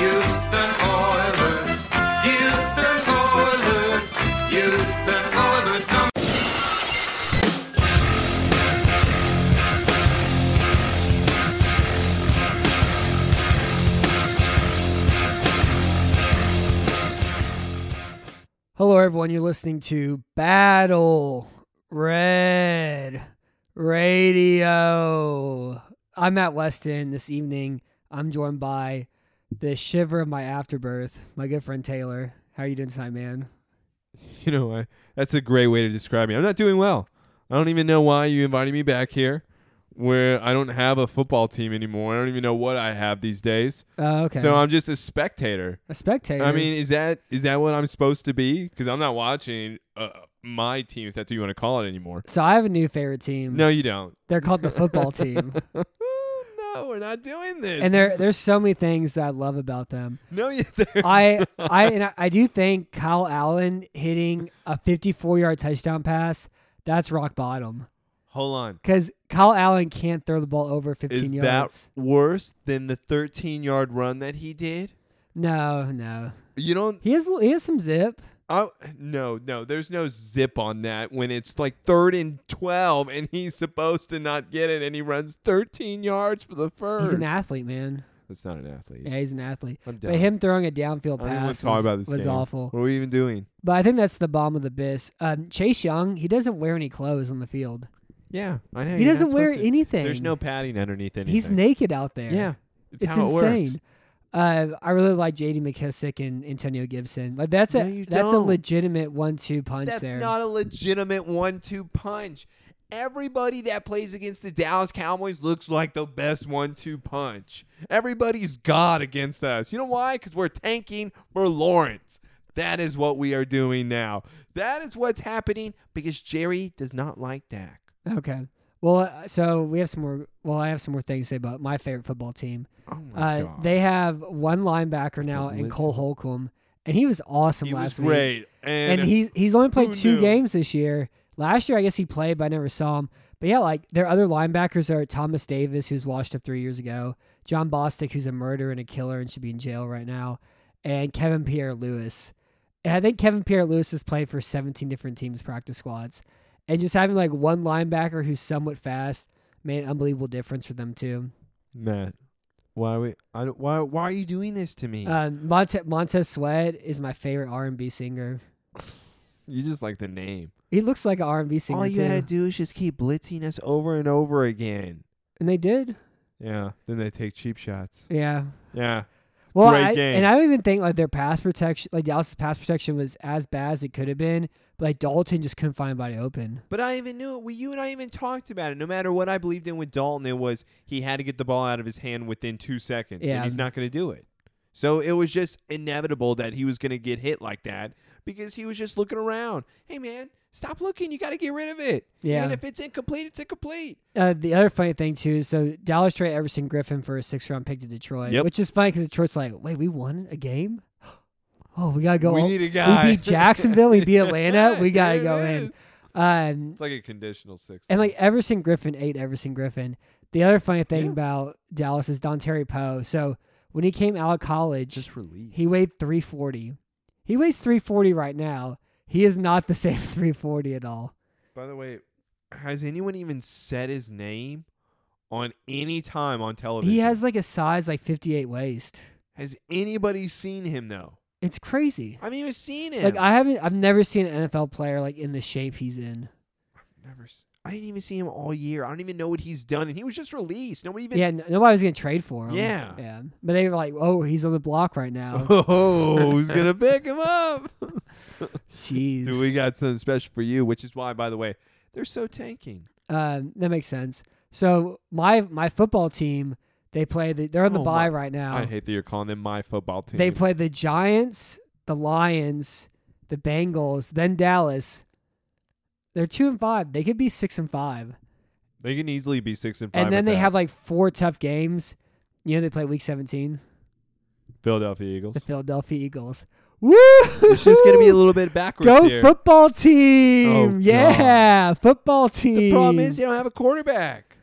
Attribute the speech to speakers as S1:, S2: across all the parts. S1: Houston Oilers. Houston Oilers. Houston Oilers number
S2: Hello, everyone. You're listening to Battle Red Radio. I'm Matt Weston. This evening, I'm joined by the shiver of my afterbirth, my good friend Taylor. How are you doing tonight, man?
S3: You know, I, that's a great way to describe me. I'm not doing well. I don't even know why you invited me back here, where I don't have a football team anymore. I don't even know what I have these days.
S2: Oh, okay.
S3: So I'm just a spectator.
S2: a spectator.
S3: I mean, is that is that what I'm supposed to be? Because I'm not watching uh, my team, if that's what you want to call it anymore.
S2: so I have a new favorite team.
S3: No, you don't.
S2: They're called the football team,
S3: no, we're not doing this.
S2: and there there's so many things that I love about them.
S3: no, you. there's
S2: I uh,
S3: not.
S2: I and I, I do think Kyle Allen hitting a 54 yard touchdown pass that's rock bottom
S3: hold on.
S2: because Kyle Allen can't throw the ball over 15
S3: Is
S2: yards.
S3: that worse than the 13 yard run that he did?
S2: No, no,
S3: You don't
S2: he has he has some zip.
S3: I Oh, no, no, there's no zip on that when it's like third and twelve and he's supposed to not get it and he runs thirteen yards for the first.
S2: He's an athlete, man.
S3: That's not an athlete.
S2: Yeah, he's an athlete.
S3: I'm
S2: But
S3: done.
S2: him throwing a downfield
S3: I don't even want
S2: pass
S3: to talk
S2: was,
S3: about this
S2: was
S3: game.
S2: awful.
S3: What are we even doing?
S2: But I think that's the bomb of the abyss. Um, Chase Young, he doesn't wear any clothes on the field.
S3: Yeah, I know.
S2: He
S3: you're not
S2: doesn't wear
S3: supposed to-
S2: anything.
S3: There's no padding underneath anything.
S2: He's naked out there.
S3: Yeah, it's,
S2: it's
S3: how
S2: insane.
S3: it works.
S2: Uh, I really like J.D. McKissick and Antonio Gibson. Like that's a
S3: No, you
S2: that's a
S3: don't.
S2: legitimate one-two punch
S3: That's
S2: there.
S3: not a legitimate one-two punch. Everybody that plays against the Dallas Cowboys looks like the best one-two punch. Everybody's God against us. You know why? Because we're tanking for Lawrence. That is what we are doing now. That is what's happening because Jerry does not like Dak.
S2: okay. Well, uh, so we have some more. Well, I have some more things to say about my favorite football team.
S3: Oh my
S2: Uh,
S3: god,
S2: they have one linebacker now,
S3: Don't
S2: and Cole Holcomb, and he was awesome
S3: he was
S2: last week.
S3: great, and,
S2: And he's he's only played
S3: who
S2: two
S3: knew?
S2: games this year. Last year, I guess he played, but I never saw him. But yeah, like their other linebackers are Thomas Davis, who's washed up three years ago, John Bostic, who's a murderer and a killer and should be in jail right now, and Kevin Pierre Lewis. And I think Kevin Pierre Lewis has played for 17 different teams' practice squads. And just having like one linebacker who's somewhat fast made an unbelievable difference for them, too.
S3: Matt. Why are we? I don't, why? Why are you doing this to me?
S2: Um, Monte- Montez Sweat is my favorite R&B singer.
S3: you just like the name.
S2: He looks like an R&B singer,
S3: All Oh, you
S2: too.
S3: had to do is just keep blitzing us over and over again.
S2: and they did.
S3: Yeah. Then they take cheap shots.
S2: Yeah.
S3: Yeah.
S2: Well,
S3: Great
S2: I,
S3: game.
S2: and I don't even think like their pass protection, like Dallas' pass protection was as bad as it could have been. But like Dalton just couldn't find anybody open.
S3: But I even knew it. We, you and I even talked about it. No matter what I believed in with Dalton, it was he had to get the ball out of his hand within two seconds,
S2: Yeah.
S3: and he's not going to do it. So it was just inevitable that he was going to get hit like that because he was just looking around. Hey, man, stop looking. You got to get rid of it.
S2: Yeah.
S3: Even if it's incomplete, it's incomplete.
S2: Uh, the other funny thing too, so Dallas traded Everson Griffin for a six round pick to Detroit,
S3: Yep.
S2: which is funny because Detroit's like, wait, we won a game. Oh, we gotta go.
S3: we
S2: all-
S3: need a guy.
S2: We beat Jacksonville. We beat Atlanta. We gotta
S3: There
S2: go
S3: it
S2: in.
S3: is.
S2: Um,
S3: It's like a conditional six.
S2: And like Everson Griffin ate Everson Griffin. The other funny thing
S3: Yeah.
S2: about Dallas is Don Terry Poe. So when he came out of college,
S3: just release.
S2: he weighed 340. He weighs 340 right now. He is not the same 340 at all.
S3: By the way, has anyone even said his name on any time on television?
S2: He has like a size like 58 waist.
S3: Has anybody seen him though?
S2: It's crazy.
S3: I've even seen him.
S2: Like I haven't, I've never seen an NFL player like in the shape he's in.
S3: never. s- I didn't even see him all year. I don't even know what he's done, and he was just released. Nobody even.
S2: Yeah, n- nobody was gonna trade for him.
S3: Yeah.
S2: yeah. But they were like, oh, he's on the block right now.
S3: Oh, who's gonna pick him up?
S2: Jeez.
S3: Dude, we got something special for you, which is why, by the way, they're so tanking.
S2: Um, that makes sense. So my my football team, they play the they're on the
S3: Oh
S2: bye
S3: my-
S2: right now.
S3: I hate that you're calling them my football team.
S2: they play the Giants, the Lions, the Bengals, then Dallas. They're two and five. They could be six and five,
S3: They can easily be six and five.
S2: and then
S3: with
S2: they
S3: that.
S2: have like four tough games. You know they play Week 17,
S3: Philadelphia Eagles.
S2: the Philadelphia Eagles, Woo!
S3: It's just going to be a little bit backwards
S2: Go
S3: here.
S2: football team!
S3: Oh,
S2: yeah, football team.
S3: the problem is you don't have a quarterback.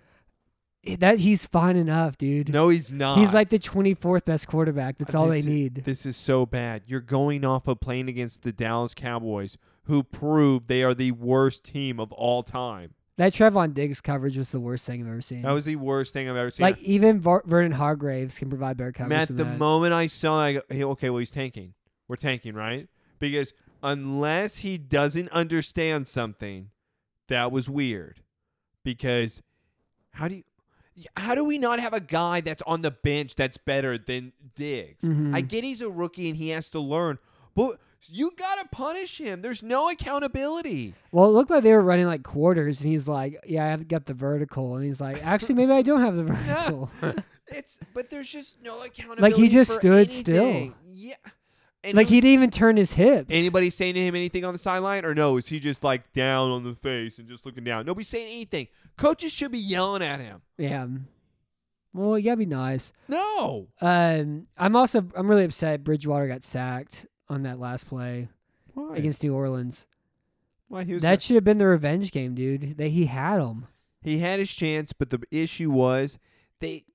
S2: that he's fine enough, dude.
S3: No, he's not.
S2: he's like the 24th best quarterback. That's all they
S3: This is-
S2: need.
S3: This is so bad. You're going off a plane against the Dallas Cowboys, who proved they are the worst team of all time.
S2: that Trevon Diggs coverage was the worst thing I've ever seen.
S3: That was the worst thing I've ever seen.
S2: like even Ver- Vernon Hargraves can provide better coverage
S3: Matt,
S2: than
S3: the
S2: that.
S3: moment I saw, I go, "Hey, okay, well, he's tanking. We're tanking, right? Because unless he doesn't understand something, that was weird. Because how do you, how do we not have a guy that's on the bench that's better than Diggs?
S2: Mhm.
S3: I get he's a rookie and he has to learn, but you gotta punish him. There's no accountability.
S2: well, it looked like they were running like quarters, and he's like, "Yeah, I've got the vertical," and he's like, "Actually, maybe I don't have the vertical."
S3: It's but there's just no accountability.
S2: just
S3: for
S2: stood still.
S3: anything. Yeah. And
S2: like
S3: who-
S2: he didn't even turn his hips.
S3: Anybody saying to him anything on the sideline, or no? Is he just like down on the face and just looking down? Nobody's saying anything. Coaches should be yelling at him.
S2: Yeah. Well, yeah, be nice.
S3: No,
S2: Um, I'm also I'm really upset Bridgewater got sacked on that last play
S3: why?
S2: against New Orleans.
S3: why he, was
S2: That should have been the revenge game, dude. That he had him.
S3: he had his chance, but the issue was they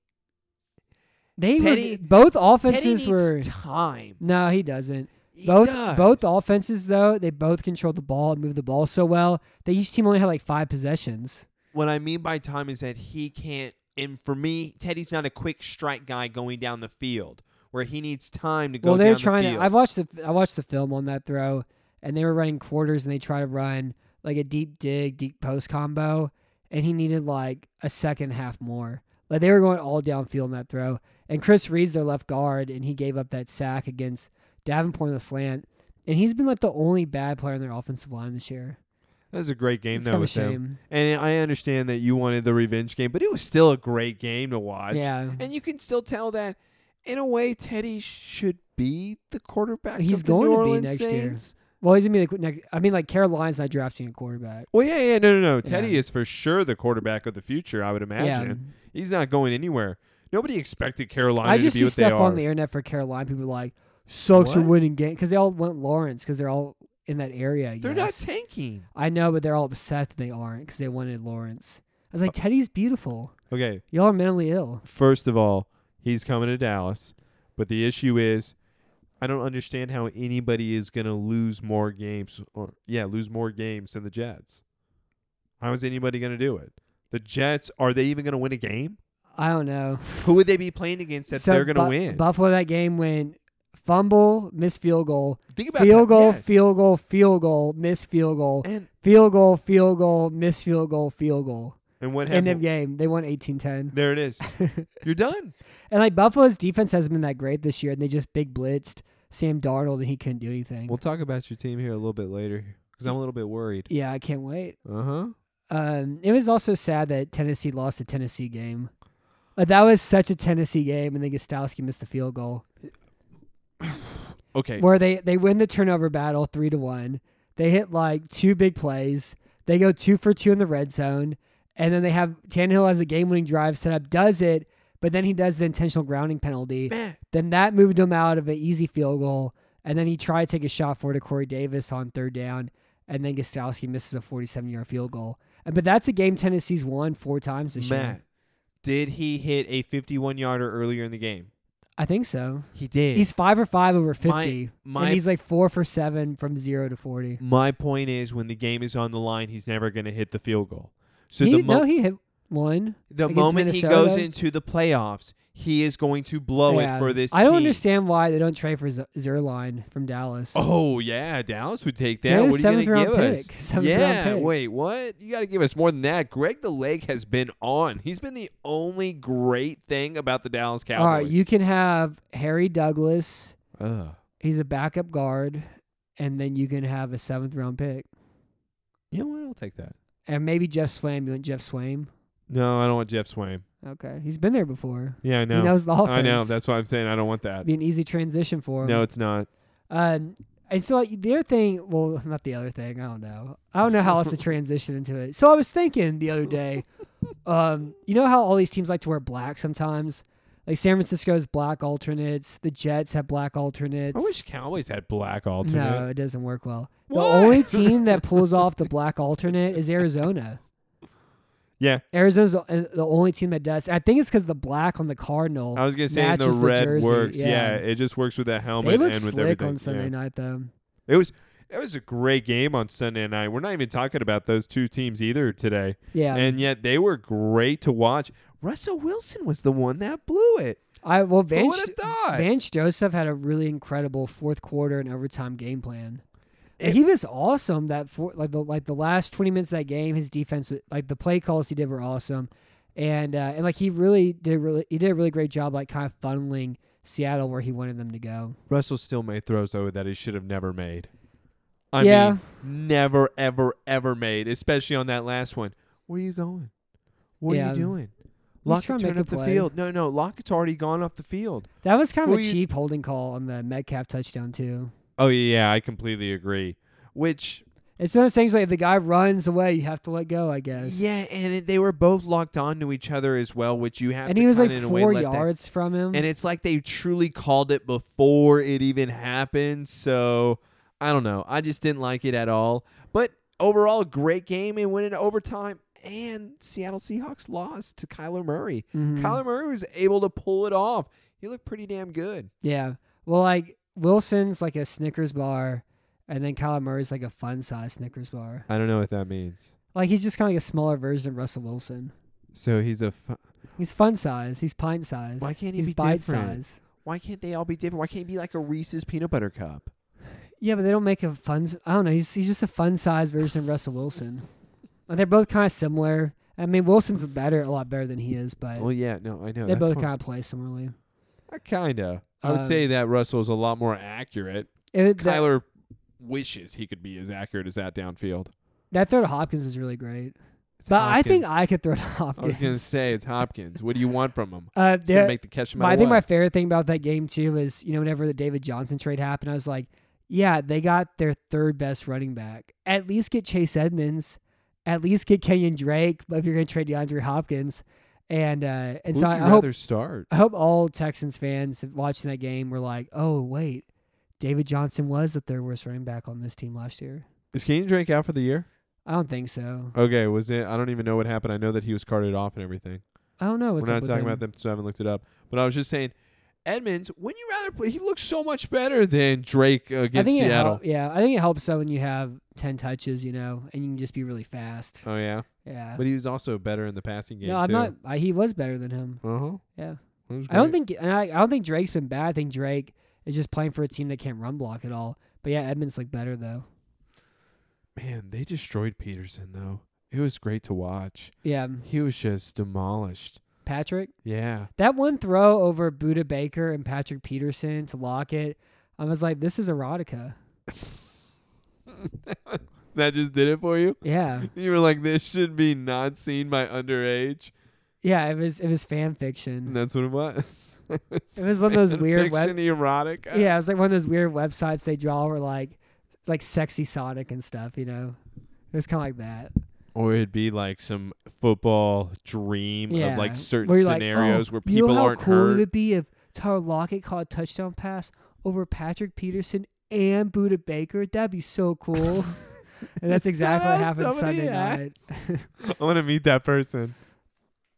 S2: They were-
S3: Teddy-
S2: both
S3: Teddy
S2: offenses
S3: needs
S2: were.
S3: time.
S2: no, he doesn't.
S3: He
S2: both
S3: does.
S2: both offenses though they both controlled the ball and moved the ball so well that each team only had like five possessions.
S3: What I mean by time is that he can't. And for me, Teddy's not a quick strike guy going down the field where he needs time to go.
S2: well, they were
S3: down the
S2: trying to.
S3: field.
S2: I've watched the I watched the film on that throw, and they were running quarters and they tried to run like a deep dig, deep post combo, and he needed like a second half more. Like they were going all downfield in that throw, and Chris Reed's their left guard, and he gave up that sack against Davenport on the slant, and he's been like the only bad player on their offensive line this year.
S3: That was a great game
S2: It's
S3: though
S2: kind of a
S3: with them.
S2: shame.
S3: And I understand that you wanted the revenge game, but it was still a great game to watch.
S2: Yeah.
S3: And you can still tell that in a way Teddy should be the quarterback.
S2: He's
S3: of the
S2: going
S3: New
S2: to be
S3: Orleans
S2: next year.
S3: Saints.
S2: Well, he's gonna be the qu- next. I mean, like Carolina's not drafting a quarterback.
S3: Well, yeah, yeah, no, no, no.
S2: Yeah.
S3: Teddy is for sure the quarterback of the future. I would imagine he's not going anywhere. Nobody expected Carolina
S2: I just
S3: to be
S2: see
S3: what they
S2: stuff
S3: are.
S2: on the internet for Carolina. People like sucks are
S3: What?
S2: winning game because they all went Lawrence because they're all in that area. I
S3: They're not
S2: guess.
S3: tanking.
S2: I know, but they're all upset that they aren't because they wanted Lawrence. I was like,
S3: Uh,
S2: Teddy's beautiful.
S3: Okay,
S2: Y'all are mentally ill.
S3: first of all, he's coming to Dallas, but the issue is. I don't understand how anybody is going to lose more games or yeah, lose more games than the Jets. How is anybody going to do it? The Jets are they even going to win a game?
S2: I don't know.
S3: Who would they be playing against that
S2: So
S3: they're going to
S2: Bu-
S3: win?
S2: Buffalo that game when fumble, missed field goal,
S3: Think about
S2: field
S3: that.
S2: goal,
S3: Yes.
S2: field goal, field goal, missed field goal,
S3: and
S2: field goal, field goal, missed field goal, field goal.
S3: and what
S2: End of
S3: happened?
S2: game. They won 18-10.
S3: There it is. You're done.
S2: And like Buffalo's defense hasn't been that great this year, and they just big blitzed Sam Darnold, and he couldn't do anything.
S3: We'll talk about your team here a little bit later because I'm a little bit worried.
S2: yeah, I can't wait.
S3: Uh huh.
S2: Um, it was also sad that Tennessee lost the Tennessee game. Like that was such a Tennessee game, and then Gostowski missed the field goal
S3: Okay.
S2: where they they win the turnover battle three to one. They hit like two big plays. They go two for two in the red zone, and then they have Tannehill has a game winning drive set up, does it, but then he does the intentional grounding penalty.
S3: Matt,
S2: Then that moved him out of an easy field goal. And then he tried to take a shot for to Corey Davis on third down. And then Gostowski misses a 47 yard field goal. And, but that's a game Tennessee's won four times this
S3: Matt,
S2: year.
S3: did he hit a 51 yarder earlier in the game?
S2: I think so.
S3: He did.
S2: He's five or five over 50.
S3: My- my-
S2: and he's like four for seven from zero to 40.
S3: My point is, when the game is on the line, he's never going to hit the field goal. So
S2: he,
S3: the mo-
S2: no, he hit one.
S3: the
S2: against
S3: moment he goes
S2: Minnesota.
S3: into the playoffs, he is going to blow
S2: Yeah.
S3: it for this.
S2: I don't
S3: team.
S2: understand why they don't trade for Z- Zerline from Dallas.
S3: Oh yeah, Dallas would take
S2: They're
S3: that.
S2: the
S3: What are you
S2: seventh
S3: going
S2: round
S3: to give us?
S2: pick. Seventh round
S3: yeah.
S2: pick.
S3: Wait, what? You got to give us more than that. Greg the Lake has been on. He's been the only great thing about the Dallas Cowboys.
S2: All right, you can have Harry Douglas.
S3: Ugh.
S2: He's a backup guard, and then you can have a seventh round pick,
S3: You know what? I'll take that.
S2: and maybe Jeff Swaim. You want Jeff Swaim?
S3: No, I don't want Jeff Swaim.
S2: Okay, he's been there before.
S3: Yeah, I know.
S2: He knows the offense.
S3: I know. That's why I'm saying I don't want that.
S2: be an easy transition for him.
S3: No, it's not.
S2: Um, and so like, the other thing, well, not the other thing. I don't know. I don't know how else to transition into it. So I was thinking the other day, um, you know how all these teams like to wear black sometimes. Like San Francisco's black alternates. The Jets have black alternates.
S3: I wish Cowboys had black
S2: no,
S3: alternate.
S2: it doesn't work well.
S3: What?
S2: The only team that pulls off the black alternate is Arizona.
S3: Yeah,
S2: Arizona's the uh, the only team that does. I think it's because the black on the Cardinal.
S3: I was gonna say and the
S2: matches
S3: red
S2: jersey.
S3: works. Yeah. it just works with that helmet
S2: they look
S3: and with
S2: slick
S3: everything.
S2: on Sunday
S3: yeah.
S2: night though.
S3: It was it was a great game on Sunday night. We're not even talking about those two teams either today,
S2: Yeah,
S3: and yet they were great to watch. Russell Wilson was the one that blew it.
S2: I well Vance,
S3: would've thought?
S2: Vance Joseph had a really incredible fourth quarter and overtime game plan. Like,
S3: It-
S2: he was awesome that for like the like the last twenty minutes of that game, his defense was- like the play calls he did were awesome, and uh, and like he really did really he did a really great job like kind of funneling Seattle where he wanted them to go.
S3: Russell still made throws though that he should have never made. I
S2: Yeah.
S3: mean, never, ever, ever made, especially on that last one. Where are you going? What are
S2: Yeah.
S3: you doing?
S2: trying
S3: Lockett
S2: to make
S3: turned
S2: a
S3: up the
S2: play.
S3: field. No, no, Lockett's already gone off the field.
S2: That was kind of
S3: Well,
S2: a
S3: you-
S2: cheap holding call on the Metcalf touchdown too.
S3: Oh yeah, I completely agree. Which
S2: It's one of those things like if the guy runs away, you have to let go, I guess.
S3: yeah, and it, they were both locked onto each other as well, which you have.
S2: and
S3: to
S2: he was like
S3: kinda in a way
S2: four
S3: let that-
S2: yards from him.
S3: and it's like they truly called it before it even happened. So I don't know. I just didn't like it at all. But overall, great game and went into overtime. And Seattle Seahawks lost to Kyler Murray.
S2: Mhm.
S3: Kyler Murray was able to pull it off. He looked pretty damn good.
S2: Yeah. Well, like Wilson's like a Snickers bar, and then Kyler Murray's like a fun size Snickers bar.
S3: I don't know what that means.
S2: Like he's just kind of like a smaller version of Russell Wilson.
S3: So he's a. F-
S2: He's fun size. He's pint size.
S3: Why can't he
S2: he's
S3: be
S2: bite
S3: different?
S2: size?
S3: Why can't they all be different? Why can't he be like a Reese's peanut butter cup?
S2: Yeah, but they don't make a fun. s- I don't know. He's he's just a fun size version of Russell Wilson. Like they're both kind of similar. I mean, Wilson's better, a lot better than he is, but
S3: Well, Oh, yeah, no, I know.
S2: they
S3: That's
S2: both
S3: what-
S2: kind of play similarly.
S3: I kinda. I would
S2: Um,
S3: say that Russell's a lot more accurate.
S2: It, that,
S3: Kyler wishes he could be as accurate as that downfield.
S2: that throw to Hopkins is really great. But I think I could throw to Hopkins.
S3: I was gonna say it's Hopkins. What do you want from him?
S2: uh,
S3: He's gonna
S2: there-
S3: make the catch. No
S2: My, I
S3: matter
S2: think my
S3: what.
S2: favorite thing about that game too is you know whenever the David Johnson trade happened, I was like, yeah, they got their third best running back. At least get Chase Edmonds. At least get Kenyon Drake. But if you're gonna trade DeAndre Hopkins, and uh, and so
S3: Who'd
S2: I,
S3: you
S2: I hope
S3: rather start?
S2: I hope all Texans fans watching that game were like, oh wait, David Johnson was the third worst running back on this team last year.
S3: Is Keenan Drake out for the year?
S2: I don't think so.
S3: Okay, was it? I don't even know what happened. I know that he was carted off and everything.
S2: I don't know. What's
S3: We're
S2: up
S3: not
S2: with
S3: talking
S2: him.
S3: about them, so I haven't looked it up. But I was just saying, Edmonds. Wouldn't you rather play? He looks so much better than Drake
S2: I
S3: against
S2: think it
S3: Seattle.
S2: help, yeah, I think it helps though when you have ten touches, you know, and you can just be really fast.
S3: Oh yeah,
S2: Yeah.
S3: but he was also better in the passing game
S2: No, I'm
S3: too.
S2: not. I, he was better than him.
S3: Uh huh.
S2: Yeah, I don't think. And I, I don't think Drake's been bad. I think Drake is just playing for a team that can't run block at all. But yeah, Edmonds looked better though.
S3: Man, they destroyed Peterson though. It was great to watch.
S2: Yeah, um,
S3: He was just demolished.
S2: Patrick.
S3: Yeah.
S2: That one throw over Buda Baker and Patrick Peterson to Lockett. I was like, this is erotica.
S3: that just did it for you?
S2: Yeah,
S3: You were like, this should be not seen by underage.
S2: yeah. It was it was fan
S3: And
S2: fiction.
S3: that's what it was.
S2: It was one of those weird web.
S3: Fiction erotic.
S2: Yeah, it was like one of those weird websites they draw where like like sexy Sonic and stuff. You know, it was kind of like that.
S3: Or it'd be like some football dream
S2: yeah.
S3: of like certain
S2: Where you're like,
S3: scenarios
S2: "Oh,
S3: where
S2: you know
S3: people
S2: how
S3: aren't
S2: cool It
S3: hurt.
S2: would be if Tyler Lockett caught a touchdown pass over Patrick Peterson and Buda Baker. That'd be so cool. and that's
S3: Is that
S2: exactly what
S3: how
S2: happened
S3: somebody
S2: Sunday night.
S3: I want to meet that person.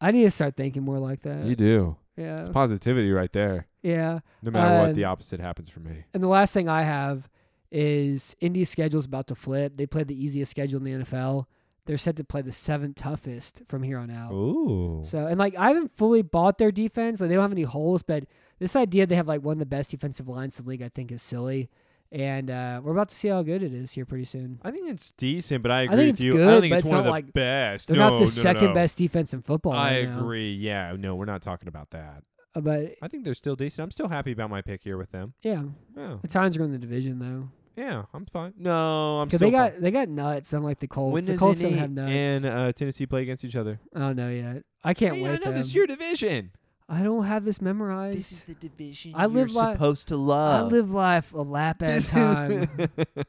S2: I need to start thinking more like that.
S3: You do.
S2: yeah,
S3: It's positivity right there.
S2: yeah.
S3: No matter
S2: Oh. Uh,
S3: what, the opposite happens for me.
S2: And the last thing I have is Indy's schedule's about to flip. They played the easiest schedule in the NFL. They're set to play the seventh toughest from here on out.
S3: Ooh.
S2: oh. So and like I haven't fully bought their defense. Like they don't have any holes, but this idea they have like one of the best defensive lines in the league, I think, is silly. And uh, we're about to see how good it is here pretty soon.
S3: I think it's decent, but I
S2: think
S3: agree with
S2: it's
S3: you. I
S2: good,
S3: don't think
S2: but
S3: it's,
S2: it's
S3: one of
S2: not
S3: the
S2: like-
S3: best.
S2: They're
S3: no,
S2: not the
S3: no, no,
S2: second
S3: no.
S2: best defense in football.
S3: I
S2: right now.
S3: agree. Yeah. No, we're not talking about that.
S2: Uh, But
S3: I think they're still decent. I'm still happy about my pick here with them.
S2: yeah,
S3: Yeah,
S2: the Titans are in the division though.
S3: yeah, I'm fine. No, I'm
S2: Because
S3: still
S2: they
S3: fine.
S2: got they got nuts, unlike the Colts.
S3: When
S2: the
S3: does
S2: Colts
S3: Indy
S2: don't have nuts.
S3: and uh, Tennessee play against each other?
S2: I don't know yet. I can't
S3: Hey,
S2: wait.
S3: I know this
S2: them.
S3: is your division.
S2: I don't have this memorized.
S3: is the division
S2: I live li-
S3: to
S2: I
S3: love.
S2: live life a lap at a time.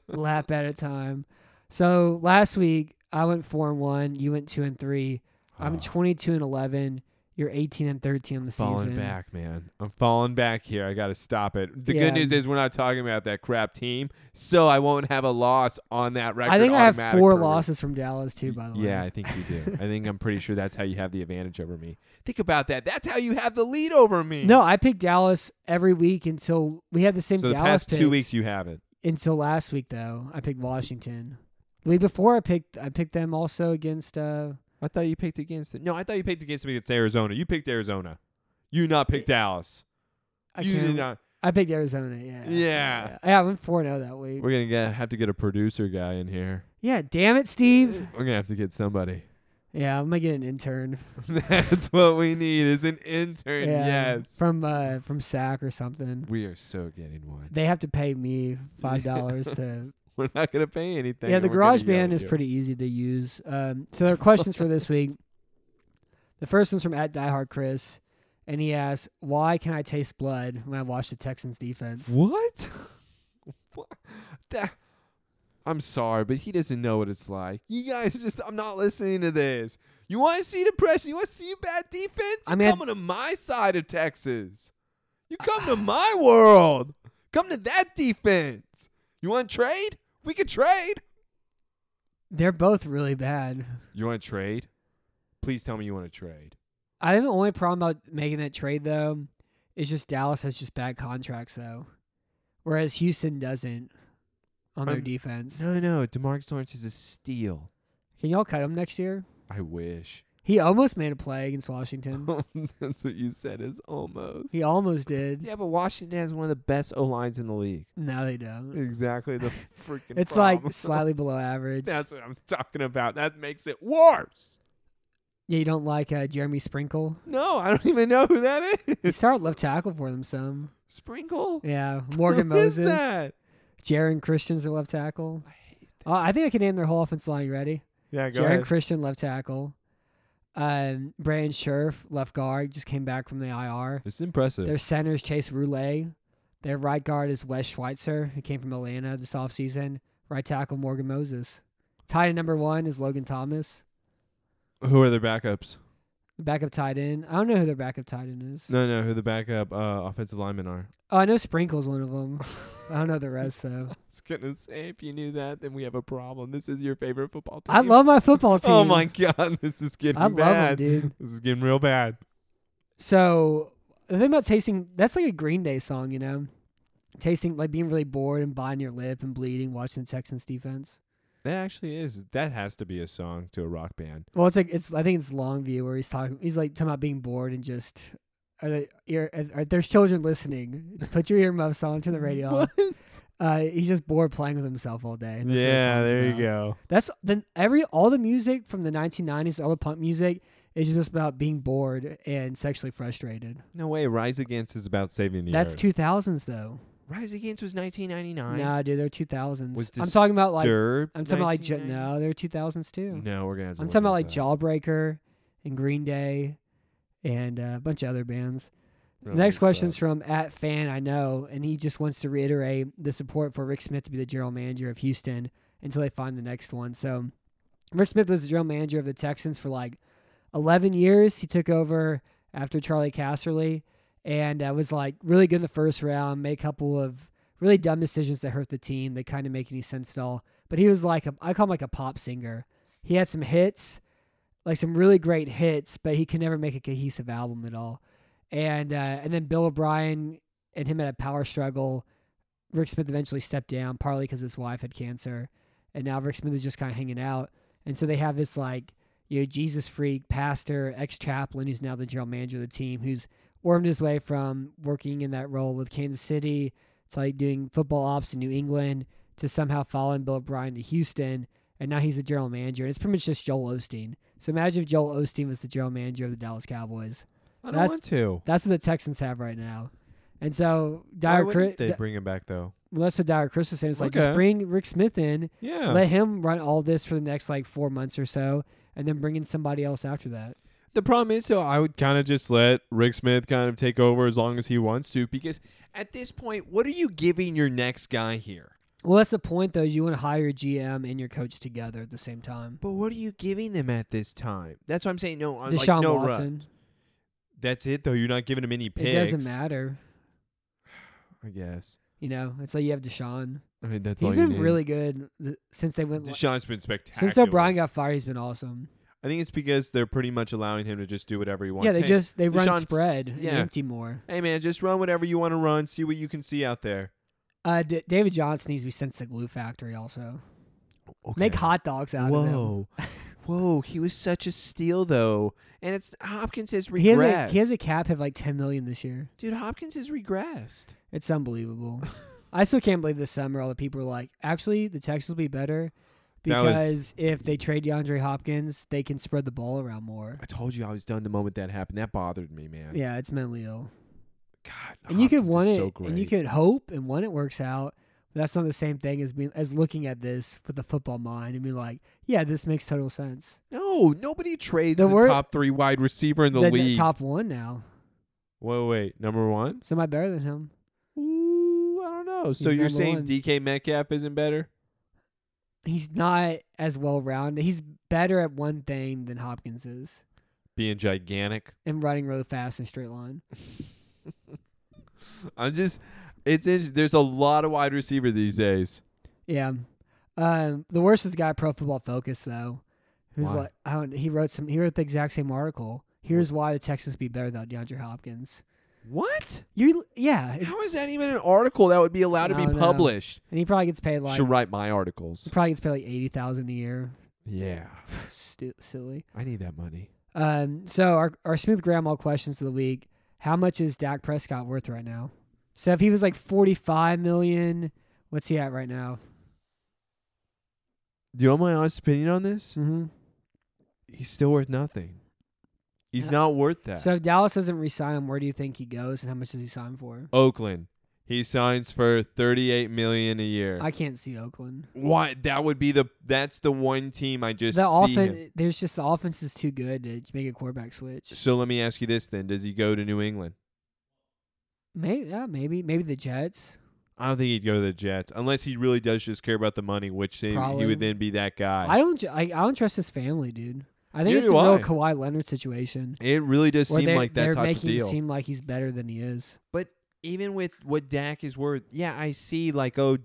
S2: lap at a time. So last week I went four and one. You went two and three. I'm
S3: Ah.
S2: 22 and 11. You're 18 and 13 on the
S3: falling
S2: season.
S3: back, man. I'm falling back here. I got to stop it. The
S2: Yeah.
S3: good news is we're not talking about that crap team, so I won't have a loss on that record.
S2: I think I have
S3: automatic
S2: four
S3: for me.
S2: losses from Dallas too. By the way,
S3: Yeah, I think you do. I think I'm pretty sure that's how you have the advantage over me. Think about that. That's how you have the lead over me.
S2: No, I picked Dallas every week until we had the same
S3: So the
S2: Dallas
S3: past two
S2: picks
S3: weeks you haven't.
S2: until last week though. I picked Washington. The week before I picked I picked them also against uh
S3: I thought you picked against it. No, I thought you picked against me. It's Arizona. You picked Arizona. You not picked Dallas.
S2: I
S3: you
S2: can't
S3: did
S2: remember-
S3: not.
S2: I picked Arizona, yeah.
S3: Yeah.
S2: Yeah, yeah I went 4 0 that week.
S3: We're gonna get, have to get a producer guy in here.
S2: Yeah, damn it, Steve.
S3: We're gonna have to get somebody.
S2: Yeah, I'm gonna get an intern.
S3: That's what we need is an intern.
S2: Yeah,
S3: Yes.
S2: From uh from SAC or something.
S3: we are so getting one.
S2: They have to pay me five dollars to
S3: We're not gonna pay anything.
S2: Yeah,
S3: and
S2: the
S3: we're gonna
S2: garage
S3: yell
S2: band
S3: at
S2: is
S3: you.
S2: pretty easy to use. Um, so there are questions for this week. The first one's from at diehard Chris, and he asks, "Why can I taste blood when I watch the Texans defense?"
S3: What? what? That- I'm sorry, but he doesn't know what it's like. You guys just I'm not listening to this. You want to see depression? You want to see bad defense?
S2: I
S3: You
S2: mean, I-
S3: coming to my side of Texas. You come to my world. Come to that defense. You want to trade? We could trade.
S2: They're both really bad.
S3: You want to trade? Please tell me you want to trade.
S2: I think the only problem about making that trade though is just Dallas has just bad contracts though, whereas Houston doesn't on their
S3: I'm-
S2: defense.
S3: No, no. Demarcus Lawrence is a steal.
S2: Can y'all cut him next year?
S3: I wish.
S2: He almost made a play against Washington.
S3: That's what you said. Is almost.
S2: he almost did.
S3: Yeah, but Washington has one of the best O lines in the league.
S2: No, they don't.
S3: Exactly the freaking.
S2: It's
S3: problem.
S2: like slightly below average.
S3: That's what I'm talking about. That makes it worse.
S2: Yeah, you don't like uh, Jeremy Sprinkle.
S3: No, I don't even know who that
S2: He
S3: is.
S2: started left tackle for them some.
S3: Sprinkle.
S2: Yeah, Morgan
S3: Who is
S2: Moses,
S3: that?
S2: Jaron Christian's a left tackle. Uh, I think I can name their whole offensive line. You ready?
S3: Yeah, go
S2: Jaron
S3: ahead.
S2: Christian left tackle. Um, Brandon Scherf left guard just came back from the IR.
S3: It's impressive.
S2: Their center is Chase Roulet. Their right guard is Wes Schweitzer, who came from Atlanta this offseason. Right tackle Morgan Moses. Tight end number one is Logan Thomas.
S3: who are their backups?
S2: Backup tight end. I don't know who their backup tight end is.
S3: No, no, who the backup uh, offensive linemen are.
S2: Oh, I know Sprinkle's one of them. I don't know the rest though.
S3: I was gonna say if you knew that, then we have a problem. This is your favorite football team.
S2: I love my football team.
S3: Oh my god, this is getting
S2: I love them,
S3: bad.
S2: dude.
S3: This is getting real bad.
S2: So the thing about tasting that's like a Green Day song, you know, tasting like being really bored and biting your lip and bleeding watching the Texans defense.
S3: That actually is. That has to be a song to a rock band.
S2: Well, it's like it's I think it's Longview where he's talking. He's like talking about being bored and just. Are, they, ear, are, are there's children listening? Put your earmuffs on. Turn the radio off. Uh, he's just bored playing with himself all day. That's what the
S3: yeah,
S2: song's
S3: there you
S2: about.
S3: go.
S2: That's then every all the music from the 1990s, all the punk music is just about being bored and sexually frustrated.
S3: No way. Rise Against is about saving the
S2: That's
S3: earth.
S2: 2000s though.
S3: Rise Against was 1999.
S2: Nah, dude, they're 2000s.
S3: Was
S2: I'm talking about like
S3: Disturbed
S2: I'm talking about like Ja-
S3: 1990?
S2: no, they're 2000s too.
S3: No, we're gonna. Have to
S2: I'm
S3: look
S2: talking about like
S3: this up.
S2: Jawbreaker and Green Day and uh, a bunch of other bands.
S3: We're
S2: The
S3: gonna
S2: next
S3: look this
S2: question's
S3: up.
S2: from at fan I know, and he just wants to reiterate the support for Rick Smith to be the general manager of Houston until they find the next one. So, Rick Smith was the general manager of the Texans for like 11 years. He took over after Charlie Casserly, and uh, was like really good in the first round. Made a couple of really dumb decisions that hurt the team. They kind of make any sense at all. But he was like a, I call him like a pop singer. He had some hits, like some really great hits, but he could never make a cohesive album at all and uh, and then Bill O'Brien and him had a power struggle. Rick Smith eventually stepped down, partly because his wife had cancer, and now Rick Smith is just kind of hanging out. And so they have this like you know Jesus freak pastor, ex chaplain, who's now the general manager of the team, who's wormed his way from working in that role with Kansas City to like doing football ops in New England to somehow following Bill O'Brien to Houston. And now he's the general manager. And it's pretty much just Joel Osteen. So imagine if Joel Osteen was the general manager of the Dallas Cowboys.
S3: I don't
S2: that's-
S3: want to.
S2: That's what the Texans have right now. And so
S3: Why
S2: Dyer Chris,
S3: wouldn't they bring him back though?
S2: well, that's what Dyer Chris was saying. It's like just
S3: Okay.
S2: bring Rick Smith in,
S3: Yeah.
S2: let him run all this for the next like four months or so, and then bring in somebody else after that.
S3: the problem is, though, I would kind of just let Rick Smith kind of take over as long as he wants to, because at this point, what are you giving your next guy here?
S2: Well, that's the point though. Is you want to hire your GM and your coach together at the same time.
S3: But what are you giving them at this time? That's what I'm saying. No, I'm
S2: Deshaun
S3: like no rush.
S2: Watson.
S3: That's it though. You're not giving him any picks.
S2: It doesn't matter.
S3: I guess.
S2: You know, it's like you have Deshaun.
S3: I mean, that's
S2: he's
S3: all you
S2: been
S3: need.
S2: really good th- since they went. li-
S3: Deshaun's been spectacular.
S2: since O'Brien got fired, he's been awesome.
S3: I think it's because they're pretty much allowing him to just do whatever he wants.
S2: Yeah, they
S3: Hey,
S2: just they run
S3: Deshaun's-
S2: spread, and
S3: yeah.
S2: empty more.
S3: Hey man, just run whatever you want to run. See what you can see out there.
S2: Uh, D- David Johnson needs to be sent to the glue factory. Also, make hot dogs out of him.
S3: Whoa. Whoa, he was such a steal though. And it's Hopkins has regressed.
S2: He has, a, he has a cap of like 10 million this year.
S3: Dude, Hopkins has regressed.
S2: It's unbelievable. I still can't believe this summer all the people are like, actually, the Texans will be better
S3: That was-
S2: because if they trade DeAndre Hopkins, they can spread the ball around more.
S3: I told you I was done the moment that happened. That bothered me, man.
S2: Yeah, it's mentally ill.
S3: God.
S2: And you could
S3: Hopkins
S2: want
S3: is
S2: it,
S3: so
S2: and you
S3: great.
S2: could hope, and when it works out, but that's not the same thing as being as looking at this with the football mind and be like, yeah, this makes total sense.
S3: No, nobody trades the,
S2: The wor-
S3: top three wide receiver in the,
S2: Then the
S3: league.
S2: top one now,
S3: Whoa, wait, number one?
S2: somebody better than him.
S3: Ooh, I don't know. so
S2: He's number
S3: you're saying
S2: one.
S3: DK Metcalf isn't better?
S2: He's not as well rounded. He's better at one thing than Hopkins is.
S3: Being gigantic.
S2: and running really fast in a straight line.
S3: I'm just it's in, there's a lot of wide receiver these days.
S2: Yeah. Um, the worst is the guy Pro Football Focus though, who's
S3: Why?
S2: like I don't. He wrote some. He wrote the exact same article. Here's why the Texans be better without DeAndre Hopkins.
S3: What?
S2: You yeah, it's,
S3: How is that even an article that would be allowed to
S2: I
S3: be
S2: don't know.
S3: published?
S2: and he probably gets paid like
S3: Should write my
S2: he
S3: articles.
S2: probably gets paid like eighty thousand a year.
S3: Yeah.
S2: Stu- silly.
S3: I need that money.
S2: Um, so our our smooth grandma questions of the week: How much is Dak Prescott worth right now? So if he was like forty five million, what's he at right now?
S3: Do you want my honest opinion on this?
S2: Mm-hmm.
S3: He's still worth nothing. He's
S2: Yeah.
S3: not worth that.
S2: So if Dallas doesn't resign him, where do you think he goes, and how much does he sign for?
S3: Oakland. He signs for 38 million a year.
S2: I can't see Oakland.
S3: Why that would be the that's the one team I just
S2: The
S3: see him.
S2: offense, there's just the offense is too good to make a quarterback switch.
S3: So let me ask you this then. Does he go to New England?
S2: Maybe, yeah, maybe, maybe the Jets.
S3: I don't think he'd go to the Jets unless he really does just care about the money, which then he
S2: Probably.
S3: would then be that guy.
S2: I don't, ju- I, I don't trust his family, dude. I think
S3: Neither
S2: it's a
S3: do
S2: real
S3: I.
S2: Kawhi Leonard situation.
S3: it really does
S2: where
S3: seem
S2: they're-
S3: like that
S2: they're
S3: type of
S2: making
S3: deal.
S2: him seem like he's better than he is.
S3: But even with what Dak is worth, yeah, I see like oh,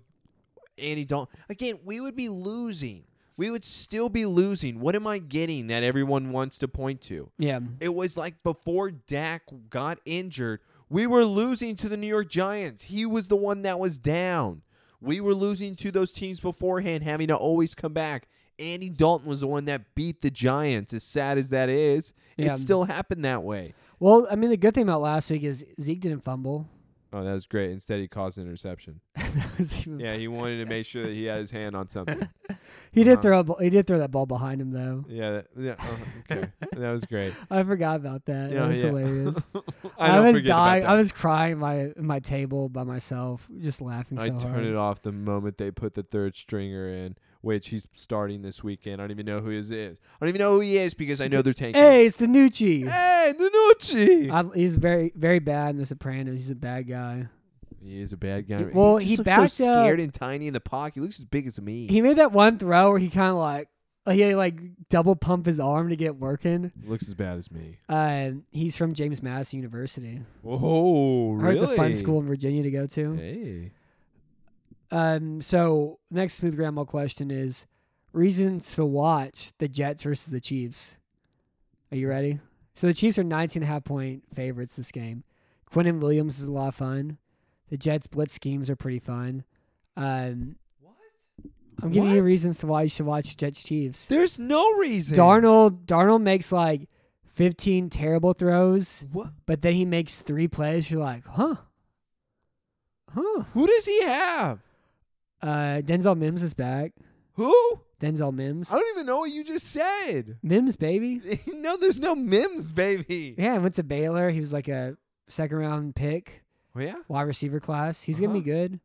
S3: Andy Dalton again. We would be losing. We would still be losing. What am I getting that everyone wants to point to?
S2: Yeah,
S3: It was like before Dak got injured, we were losing to the New York Giants. He was the one that was down. We were losing to those teams beforehand, having to always come back. Andy Dalton was the one that beat the Giants. As sad as that is,
S2: Yeah.
S3: it still happened that way.
S2: well, I mean, the good thing about last week is Zeke didn't fumble.
S3: Oh, that was great. Instead, he caused an interception.
S2: that was even.
S3: Yeah, he wanted to make sure that he had his hand on something.
S2: He did
S3: uh-huh.
S2: throw a, ball- he did throw that ball behind him though.
S3: Yeah, that, yeah uh, okay. That was great.
S2: I forgot about that.
S3: Yeah,
S2: that was
S3: yeah.
S2: hilarious.
S3: I, don't
S2: was
S3: forget about
S2: dying.
S3: that.
S2: I was crying my my table by myself, just laughing so
S3: I
S2: hard.
S3: turn it off the moment they put the third stringer in, which he's starting this weekend. I don't even know who his is. I don't even know who he is because I know they're tanking.
S2: Hey, it's the Nucci.
S3: hey, Danucci.
S2: I, he's very very bad in The Sopranos. He's a bad guy.
S3: he is a bad guy.
S2: He- well,
S3: just
S2: he
S3: looks
S2: backed
S3: so scared and tiny in the pocket. He looks as big as me.
S2: He made that one throw where he kind of like he had to, like double pump his arm to get working.
S3: looks as bad as me.
S2: Uh, he's from James Madison University.
S3: Oh,
S2: I heard it's a fun school in Virginia to go to.
S3: Hey,
S2: Um, so next smooth grandma question is reasons to watch the Jets versus the Chiefs. Are you ready? So the Chiefs are 19 and a half point favorites this game. Quentin Williams is a lot of fun. The Jets blitz schemes are pretty fun. Um, I'm giving you
S3: What?
S2: reasons to why you should watch Jets Chiefs.
S3: there's no reason.
S2: Darnold Darnold makes like 15 terrible throws,
S3: What?
S2: but then he makes three plays. You're like, huh, huh.
S3: Who does he have?
S2: Uh, Denzel Mims is back.
S3: Who?
S2: Denzel Mims.
S3: I don't even know what you just said.
S2: Mims, baby.
S3: no, there's no Mims, baby.
S2: Yeah, I went to Baylor. He was like a second round pick,
S3: Oh, yeah?
S2: wide receiver class. He's
S3: Uh-huh.
S2: gonna be good.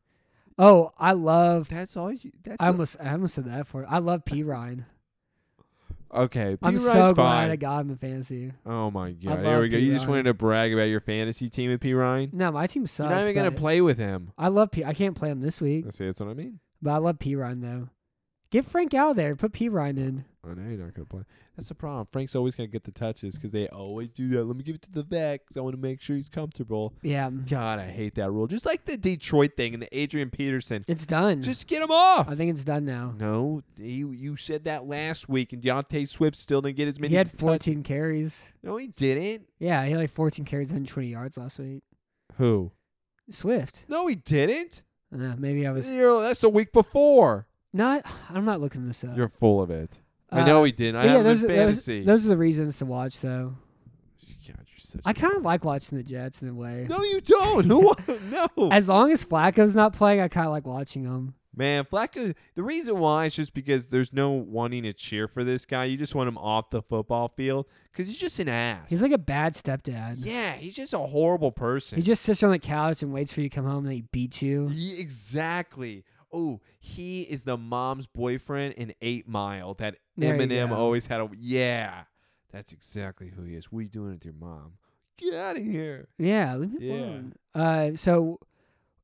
S2: Oh, I love.
S3: That's all you. That's
S2: I almost, I almost said that for. I love P Ryan.
S3: Okay,
S2: I'm
S3: P.
S2: so
S3: Ryan's
S2: glad
S3: fine.
S2: I got him in fantasy.
S3: oh my god!
S2: love
S3: Here we go.
S2: P.
S3: You just
S2: Ryan.
S3: wanted to brag about your fantasy team with P Ryan.
S2: No, my team sucks.
S3: You're not even gonna
S2: but
S3: play with him.
S2: I love P. I can't play him this week,
S3: Let's see, that's what I mean.
S2: but I love P Ryan though. Get Frank out of there. Put P Ryan in.
S3: I know you're not going to play. That's the problem. Frank's always going to get the touches because they always do that. Let me give it to the vet 'cause I want to make sure he's comfortable.
S2: Yeah,
S3: God, I hate that rule. Just like the Detroit thing and the Adrian Peterson.
S2: it's done.
S3: Just get him off.
S2: Mm. I think it's done now.
S3: No, you you said that last week, and Deontay Swift still didn't get as many.
S2: He had
S3: touch-
S2: 14 carries.
S3: No, he didn't.
S2: Yeah, he had like 14 carries, 120 yards last week.
S3: Who?
S2: Swift.
S3: No, he didn't.
S2: Uh, maybe I was
S3: You're- that's the week before.
S2: not. I'm not looking this up.
S3: You're full of it. I
S2: Uh,
S3: know he didn't. I
S2: But
S3: have him
S2: those,
S3: in
S2: are-
S3: fantasy.
S2: Those, those are the reasons to watch, though.
S3: God, you're such
S2: I
S3: a-
S2: kind of like watching the Jets in a way.
S3: No, you don't. Who? no.
S2: As long as Flacco's not playing, I kind of like watching him.
S3: Man, Flacco. The reason why is just because there's no wanting to cheer for this guy. You just want him off the football field because he's just an ass.
S2: He's like a bad stepdad.
S3: yeah, he's just a horrible person.
S2: He just sits on the couch and waits for you to come home and he beats you.
S3: Ye- exactly. Oh, he is the mom's boyfriend in Eight Mile. That
S2: There you
S3: Eminem
S2: go.
S3: always had a. Yeah, that's exactly who he is. What are you doing with your mom? Get out of here.
S2: Yeah, leave me
S3: Yeah.
S2: alone. Uh, so,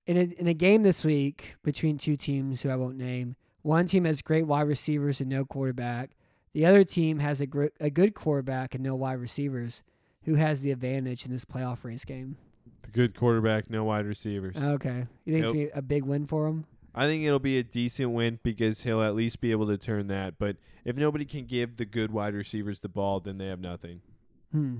S2: in a, in a game this week between two teams who I won't name, one team has great wide receivers and no quarterback. The other team has a, gr- a good quarterback and no wide receivers. Who has the advantage in this playoff race game?
S3: The good quarterback, no wide receivers.
S2: Okay. You think it's
S3: Nope.
S2: going to be a big win for him?
S3: I think it'll be a decent win because he'll at least be able to turn that. But if nobody can give the good wide receivers the ball, then they have nothing.
S2: Hmm.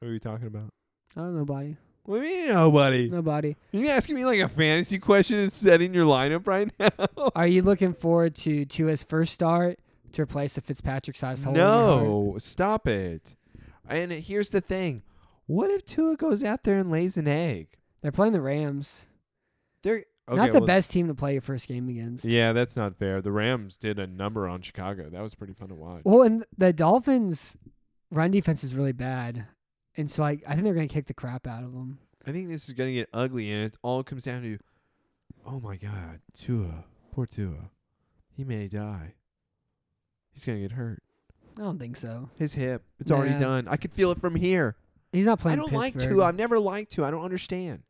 S3: Who are you talking about?
S2: Oh, nobody.
S3: What do you mean nobody?
S2: Nobody.
S3: You asking me like a fantasy question and setting your lineup right now?
S2: Are you looking forward to Tua's first start to replace the Fitzpatrick sized hole? in your heart?
S3: No, stop it. And here's the thing. What if Tua goes out there and lays an egg?
S2: They're playing the Rams.
S3: They're okay,
S2: Not the
S3: well-
S2: best team to play your first game against.
S3: Yeah, that's not fair. The Rams did a number on Chicago. That was pretty fun to watch.
S2: Well, and the Dolphins' run defense is really bad. And so like, I think they're going to kick the crap out of them.
S3: I think this is going to get ugly, and it all comes down to, oh my God, Tua, poor Tua, he may die. He's going to get hurt.
S2: I don't think so.
S3: His hip, it's already
S2: Nah.
S3: done. I could feel it from here.
S2: He's not
S3: I
S2: playing
S3: don't like
S2: Pittsburgh.
S3: Tua. I've never liked Tua. I don't understand.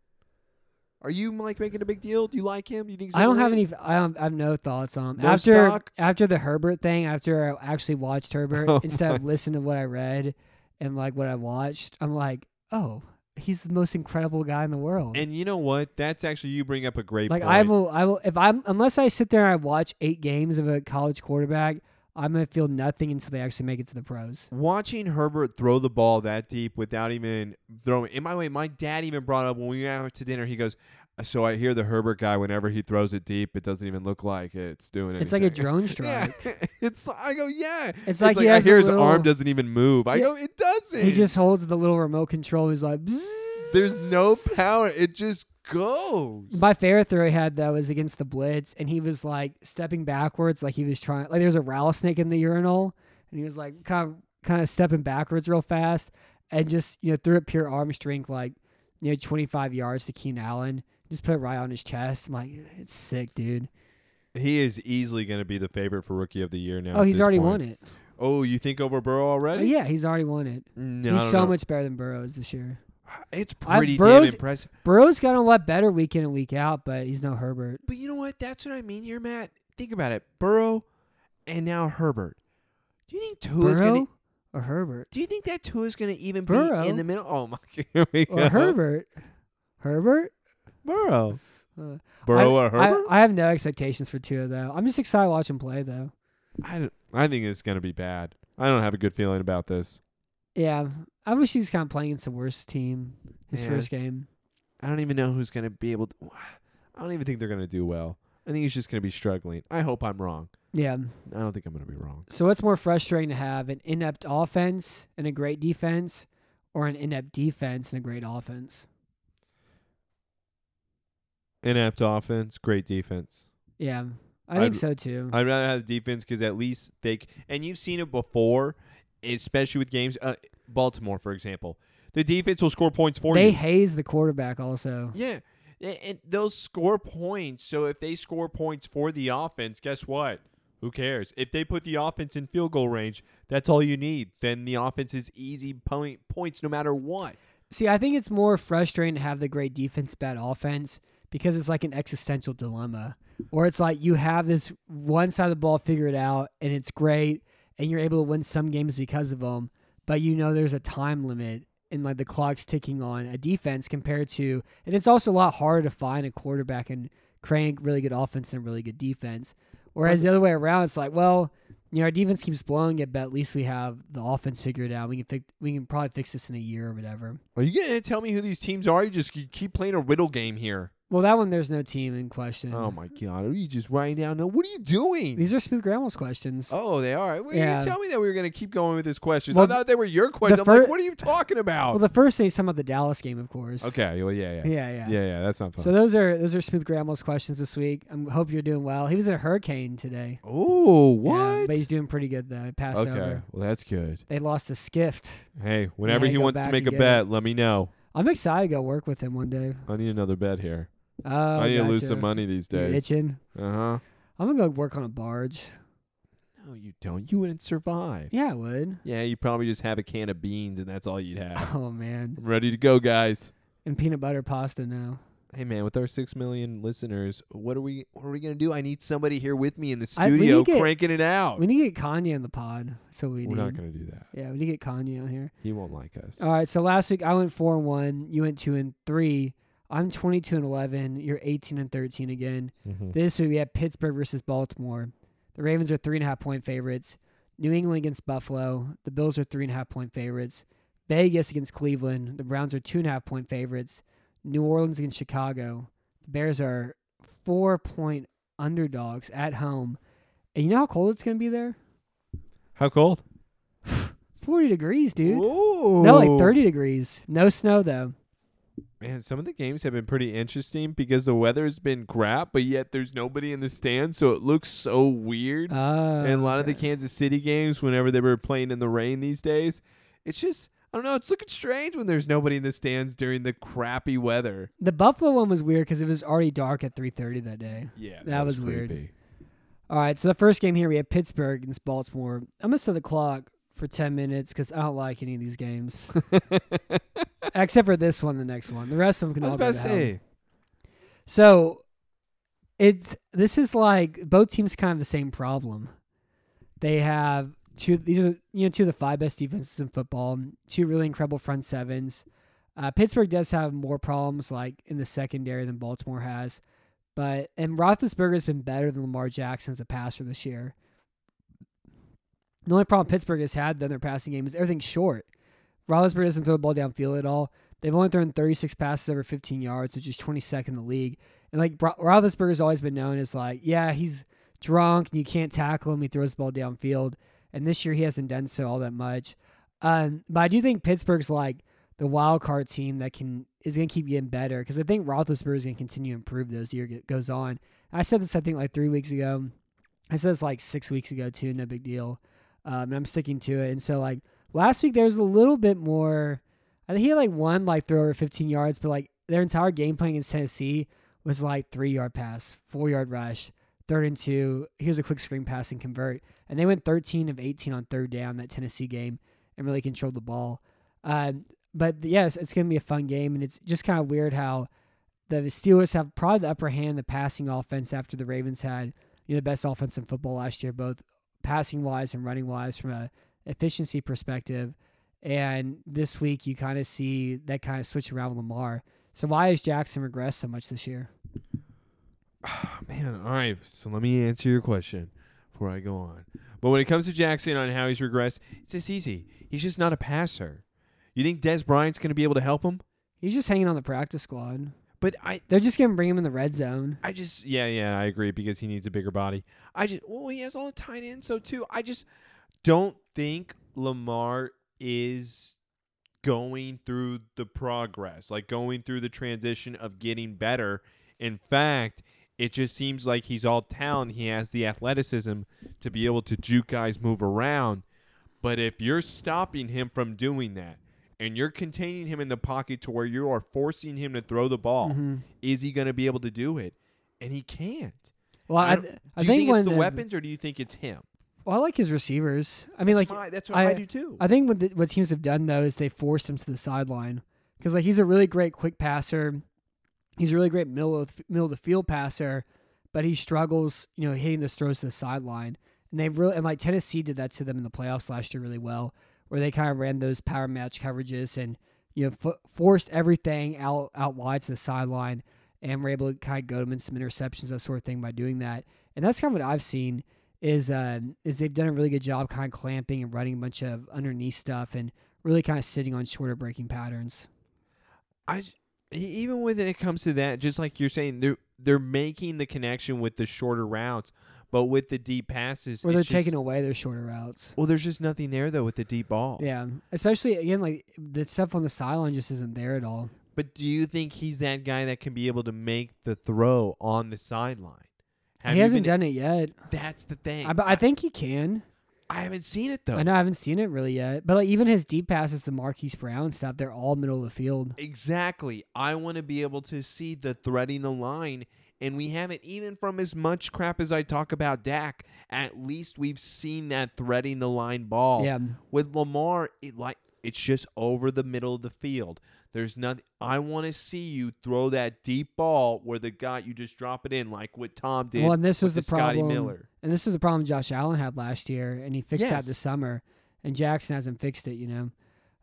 S3: Are you like making a big deal? Do you like him? Do you think he's
S2: I don't have
S3: overrated?
S2: any. I, don't, I have no thoughts on him.
S3: No
S2: after
S3: stock?
S2: after the Herbert thing. After I actually watched Herbert
S3: Oh
S2: instead of listening to what I read and like what I watched, I'm like, oh, he's the most incredible guy in the world.
S3: And you know what? That's actually you bring up a great
S2: like
S3: point.
S2: I will, I will. If I'm unless I sit there and I watch eight games of a college quarterback, I'm gonna feel nothing until they actually make it to the pros.
S3: Watching Herbert throw the ball that deep without even throwing. In my way, my dad even brought up when we were out to dinner. He goes, "So I hear the Herbert guy. Whenever he throws it deep, it doesn't even look like it's doing anything.
S2: It's like a drone strike.
S3: Yeah, it's. I go, yeah.
S2: It's like he
S3: I
S2: has a
S3: hear his
S2: little-
S3: arm doesn't even move. I
S2: Yeah.
S3: go, it doesn't.
S2: He just holds the little remote control. He's like, "Bzzz."
S3: There's no power. It just goes.
S2: My favorite throw he had though was against the blitz, and he was like stepping backwards, like he was trying. Like there was a rattlesnake in the urinal, and he was like kind of kind of stepping backwards real fast, and just you know threw it pure arm strength, like you know 25 yards to Keenan Allen. Just put it right on his chest. I'm like, it's sick, dude.
S3: he is easily going to be the favorite for rookie of the year now.
S2: oh,
S3: at
S2: he's
S3: this
S2: already
S3: point.
S2: won it.
S3: Oh, you think over Burrow
S2: Oh,
S3: already?
S2: yeah, he's already won it.
S3: No, I
S2: he's
S3: don't
S2: so
S3: know.
S2: much better than Burrows this year.
S3: It's
S2: I-
S3: pretty damn
S2: Burrow's-
S3: impressive.
S2: Burrow's got a lot better week in and week out, but he's no Herbert.
S3: But you know what? That's what I mean here, Matt. Think about it. Burrow and now Herbert. Do you think Tua's
S2: Burrow
S3: gonna
S2: or Herbert?
S3: do you think that Tua's gonna even
S2: Burrow?
S3: be in the middle? Oh my here we
S2: Or
S3: go.
S2: Herbert? Herbert?
S3: Burrow.
S2: Uh,
S3: Burrow
S2: I,
S3: or Herbert?
S2: I, I have no expectations for Tua though. I'm just excited to watch him play though.
S3: I, don't- I think it's gonna be bad. I don't have a good feeling about this.
S2: Yeah, I wish he was kind of playing against the worst team his
S3: Yeah.
S2: first game.
S3: I don't even know who's gonna be able to I don't even think they're gonna do well. I think he's just gonna be struggling. I hope I'm wrong.
S2: Yeah.
S3: I don't think I'm gonna be wrong.
S2: So what's more frustrating to have an inept offense and a great defense, or an inept defense and a great offense?
S3: Inept offense, great defense.
S2: Yeah, I think
S3: I'd-
S2: so too.
S3: I'd rather have the defense because at least they c- and you've seen it before, especially with games. Uh, Baltimore, for example, the defense will score points for
S2: they
S3: you.
S2: haze the quarterback also.
S3: Yeah, a- and they'll score points. So if they score points for the offense, guess what? Who cares? If they put the offense in field goal range, that's all you need. Then the offense is easy point points no matter what.
S2: See, I think it's more frustrating to have the great defense, bad offense, because it's like an existential dilemma where it's like you have this one side of the ball figured out and it's great and you're able to win some games because of them, but you know there's a time limit and like the clock's ticking on a defense compared to, and it's also a lot harder to find a quarterback and crank really good offense and a really good defense. Whereas the other way around, it's like, well, you know, our defense keeps blowing it, but at least we have the offense figured out. We can fix, we can probably fix this in a year or whatever.
S3: Are you gonna tell me who these teams are? You just ke- keep playing a riddle game here.
S2: Well, that one there's no team in question.
S3: Oh my god, are you just writing down? No, what are you doing?
S2: These are Smith Grammel's questions.
S3: oh, they are. Well,
S2: Yeah.
S3: You tell me that we were gonna keep going with this question.
S2: Well,
S3: I thought they were your questions. I'm
S2: fir-
S3: like, what are you talking about?
S2: Well, the first thing is talking about the Dallas game, of course.
S3: okay. Well, yeah, yeah,
S2: Yeah, yeah.
S3: yeah, yeah. That's not fun.
S2: So those are those are Smith Grammel's questions this week. I hope you're doing well. He was in a hurricane today.
S3: oh, what?
S2: Yeah, but he's doing pretty good though. He passed
S3: okay.
S2: over.
S3: Well, that's good.
S2: They lost to Skift.
S3: Hey, whenever
S2: Yeah,
S3: he
S2: go
S3: wants to
S2: back
S3: make
S2: and
S3: a
S2: get
S3: bet, let me know.
S2: I'm excited to go work with him one day.
S3: I need another bet here.
S2: Oh,
S3: I need to lose
S2: gotcha.
S3: some money these
S2: You
S3: days.
S2: itching?
S3: Uh huh.
S2: I'm gonna go work on a barge.
S3: No, you don't. You wouldn't survive.
S2: Yeah, I would.
S3: Yeah, you probably just have a can of beans and that's all you'd have.
S2: Oh man,
S3: I'm ready to go, guys.
S2: and peanut butter pasta now.
S3: Hey man, with our six million listeners, what are we what are we gonna do? I need somebody here with me in the
S2: I- we need
S3: studio
S2: to get-
S3: cranking it out.
S2: We need to get Kanye on the pod. So we
S3: Oh. We're
S2: need.
S3: not gonna do that.
S2: yeah, we need to get Kanye on here.
S3: He won't like us.
S2: All right. So last week I went four and one. You went two and three. I'm 22 and 11. You're 18 and 13 again.
S3: Mhm.
S2: This week we have Pittsburgh versus Baltimore. The Ravens are three and a half point favorites. New England against Buffalo. The Bills are three and a half point favorites. Vegas against Cleveland. The Browns are two and a half point favorites. New Orleans against Chicago. The Bears are four point underdogs at home. And you know how cold it's gonna be there?
S3: How cold?
S2: It's 40 degrees, dude.
S3: Ooh.
S2: No, like 30 degrees. No snow though.
S3: Man, some of the games have been pretty interesting because the weather's been crap, but yet there's nobody in the stands, so it looks so weird.
S2: Uh,
S3: and a lot of the Kansas City games, whenever they were playing in the rain these days, it's just I don't know. It's looking strange when there's nobody in the stands during the crappy weather.
S2: the Buffalo one was weird because it was already dark at 3:30 that day.
S3: Yeah,
S2: That that was was weird. creepy. All right, so the first game here we have Pittsburgh against Baltimore. I'm gonna set the clock for ten minutes because I don't like any of these games, except for this one, the next one. The rest of them can
S3: I was
S2: all go
S3: about to
S2: to hell.
S3: say.
S2: So it's this is like both teams kind of the same problem. They have two these are you know two of the five best defenses in football, two really incredible front sevens. Uh, Pittsburgh does have more problems like in the secondary than Baltimore has, but and Roethlisberger has been better than Lamar Jackson as a passer this year. The only problem Pittsburgh has had than their passing game is everything's short. Roethlisberger doesn't throw the ball downfield at all. They've only thrown 36 passes over 15 yards, which is 22nd in the league. And like Bro- Roethlisberger's always been known as like, yeah, he's drunk and you can't tackle him. He throws the ball downfield, and this year he hasn't done so all that much. Um, but I do think Pittsburgh's like the wild card team that can is going to keep getting better because I think Roethlisberger is going to continue to improve though as the year go- goes on. I said this I think like three weeks ago. I said this like six weeks ago too. No big deal. Um, and I'm sticking to it. And so like last week there was a little bit more. I think he had like one like throw over 15 yards, but like their entire game plan against Tennessee was like three yard pass, four yard rush, third and two. Here's a quick screen pass and convert. And they went 13 of 18 on third down that Tennessee game and really controlled the ball. Um, but yes, it's going to be a fun game. And it's just kind of weird how the Steelers have probably the upper hand, in the passing offense after the Ravens had you know, the best offense in football last year, both passing wise and running wise from a efficiency perspective. And this week, you kind of see that kind of switch around with Lamar. So why has Jackson regressed so much this year?
S3: Man, all right. So let me answer your question before I go on. But when it comes to Jackson on how he's regressed, it's just easy. He's just not a passer. You think Des Bryant's going to be able to help him?
S2: He's just hanging on the practice squad.
S3: But I,
S2: They're just gonna bring him in the red zone.
S3: I just yeah, yeah, I agree because he needs a bigger body. I just well, he has all the tight end, so too. I just don't think Lamar is going through the progress, like going through the transition of getting better. In fact, it just seems like he's all talent. He has the athleticism to be able to juke guys move around. But if you're stopping him from doing that and you're containing him in the pocket to where you are forcing him to throw the ball, is he going to be able to do it? And he can't.
S2: Well, I,
S3: I
S2: I,
S3: don't- do you
S2: think,
S3: think,
S2: when
S3: it's the weapons or do you think it's him?
S2: Well, I like his receivers. I mean, like
S3: My- that's what I, do too.
S2: I think what the, what teams have done though is they forced him to the sideline because like he's a really great quick passer, he's a really great middle of, middle of the field passer, but he struggles, you know, hitting those throws to the sideline. And they really and like Tennessee did that to them in the playoffs last year really well, where they kind of ran those power match coverages and you know fo- forced everything out out wide to the sideline and were able to kind of go them in some interceptions that sort of thing by doing that. And that's kind of what I've seen is uh, is they've done a really good job kind of clamping and running a bunch of underneath stuff and really kind of sitting on shorter breaking patterns.
S3: I j- e- even when it comes to that, just like you're saying, they're they're making the connection with the shorter routes, but with the deep passes,
S2: Or they're
S3: it's just-
S2: taking away their shorter routes.
S3: Well, there's just nothing there though with the deep ball.
S2: Yeah, especially again like the stuff on the sideline just isn't there at all.
S3: But do you think he's that guy that can be able to make the throw on the sideline? Have
S2: he
S3: you
S2: hasn't
S3: been-
S2: done it yet.
S3: That's the thing.
S2: I, but I think he can.
S3: I haven't seen it though.
S2: I know I haven't seen it really yet, but like even his deep passes to Marquise Brown stuff, they're all middle of the field.
S3: Exactly. I want to be able to see the threading the line, and we haven't even from as much crap as I talk about Dak. At least we've seen that threading the line ball.
S2: Yeah.
S3: With Lamar, it like it's just over the middle of the field. There's nothing. I want to see you throw that deep ball where the guy you just drop it in, like what Tom did.
S2: Well, and this
S3: with
S2: was the
S3: Scotty
S2: problem.
S3: Miller.
S2: And this is the problem Josh Allen had last year, and he fixed that
S3: Yes.
S2: this summer. And Jackson hasn't fixed it, you know.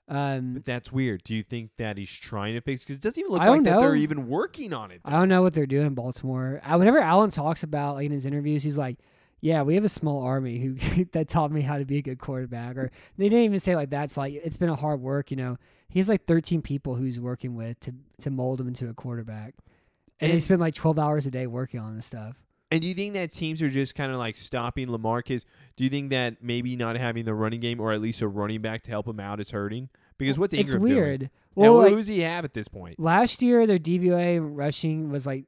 S2: Um,
S3: But that's weird. Do you think that he's trying to fix? Because it doesn't even look
S2: I
S3: like
S2: don't
S3: that they're
S2: know.
S3: even working on it.
S2: I don't know what they're doing in Baltimore. I, whenever Allen talks about like in his interviews, he's like, "Yeah, we have a small army who that taught me how to be a good quarterback." Or they didn't even say like that's like it's been a hard work, you know. He has like 13 people who's working with to to mold him into a quarterback, and, they
S3: And-
S2: spend like 12 hours a day working on this stuff.
S3: And do you think that teams are just kind of like stopping Lamarcus? Do you think that maybe not having the running game or at least a running back to help him out is hurting? Because what's Ingram
S2: it's weird.
S3: doing?
S2: Well,
S3: now,
S2: like,
S3: who's he have at this point?
S2: last year their DVOA rushing was like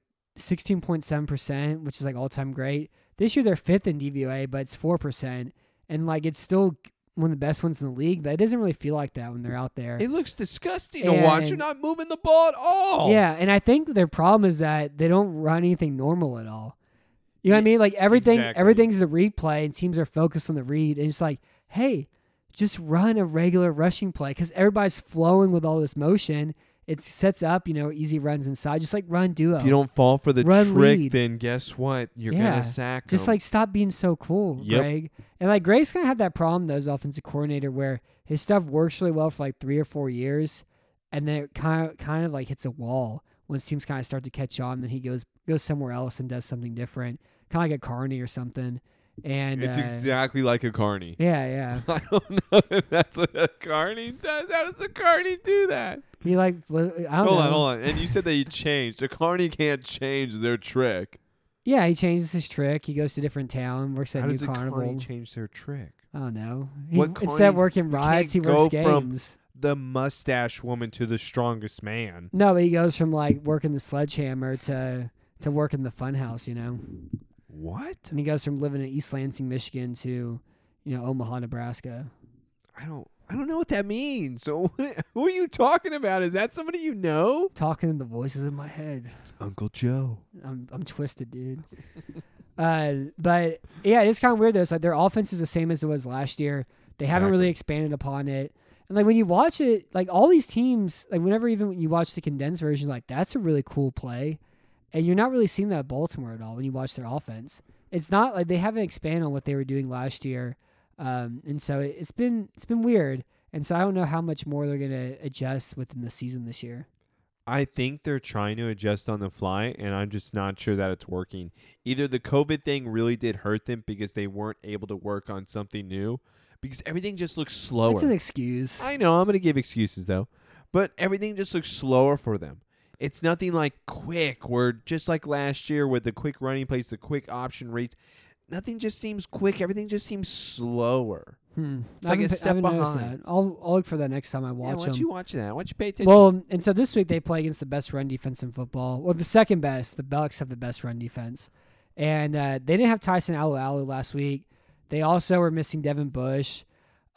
S2: 16.7%, which is like all-time great. This year they're fifth in DVOA, but it's 4%, and like it's still one of the best ones in the league, but it doesn't really feel like that when they're out there.
S3: It looks disgusting to watch. You're
S2: And-
S3: not moving the ball at all.
S2: Yeah, and I think their problem is that they don't run anything normal at all. You know what I mean? Like everything,
S3: exactly.
S2: everything's a replay, and teams are focused on the read. And it's like, hey, just run a regular rushing play because everybody's flowing with all this motion. It sets up, you know, easy runs inside. Just like run duo.
S3: If you don't fall for the
S2: Run
S3: trick,
S2: lead.
S3: then guess what? You're
S2: Yeah.
S3: gonna sack.
S2: Just
S3: him.
S2: like stop being so cool,
S3: Yep.
S2: Greg. And like Gray's kind of had that problem though as offensive coordinator where his stuff works really well for like three or four years, and then it kind of kind of like hits a wall once teams kind of start to catch on. Then he goes goes somewhere else and does something different, kind of like a Carney or something. And
S3: it's
S2: uh,
S3: exactly like a carney.
S2: yeah, yeah.
S3: I don't know if that's what a carney does. How does a carney do that?
S2: He like li- I don't
S3: Hold
S2: know.
S3: on, hold on. And you said that you changed. A carney can't change their trick.
S2: Yeah, he changes his trick. He goes to different town, works at
S3: How
S2: a new
S3: does a
S2: carnival.
S3: carney change their trick?
S2: I don't know. He,
S3: What
S2: instead of
S3: Carney-
S2: working
S3: you
S2: rides, he
S3: can't
S2: works
S3: go from-
S2: games.
S3: the mustache woman to the strongest man.
S2: No, but he goes from like working the sledgehammer to to working the funhouse, you know.
S3: What?
S2: And he goes from living in East Lansing, Michigan, to you know Omaha, Nebraska.
S3: I don't. I don't know what that means. So what, who are you talking about? Is that somebody you know?
S2: Talking in the voices in my head,
S3: It's Uncle Joe.
S2: I'm I'm twisted, dude. uh, but yeah, it's kind of weird though. It's like their offense is the same as it was last year. They haven't really expanded upon it. And like when you watch it, like all these teams, like whenever even when you watch the condensed version, like that's a really cool play. And you're not really seeing that at Baltimore at all when you watch their offense. It's not like they haven't expanded on what they were doing last year. Um, and so it, it's been it's been weird. And so I don't know how much more they're gonna adjust within the season this year.
S3: I think they're trying to adjust on the fly, and I'm just not sure that it's working. Either the COVID thing really did hurt them because they weren't able to work on something new, because everything just looks slower.
S2: It's an excuse.
S3: I know I'm going to give excuses though, but everything just looks slower for them. It's nothing like quick, where just like last year with the quick running plays, the quick option rates, nothing just seems quick. Everything just seems slower.
S2: Hmm.
S3: It's like a
S2: haven't pa-
S3: step
S2: haven't noticed
S3: behind.
S2: that. I'll I'll look for that next time I
S3: yeah,
S2: watch
S3: why
S2: them.
S3: don't you watch that? Why don't you pay attention?
S2: Well, and so this week they play against the best run defense in football. Well, the second best. The Bucks have the best run defense, and uh, they didn't have Tyson Alualu last week. They also were missing Devin Bush.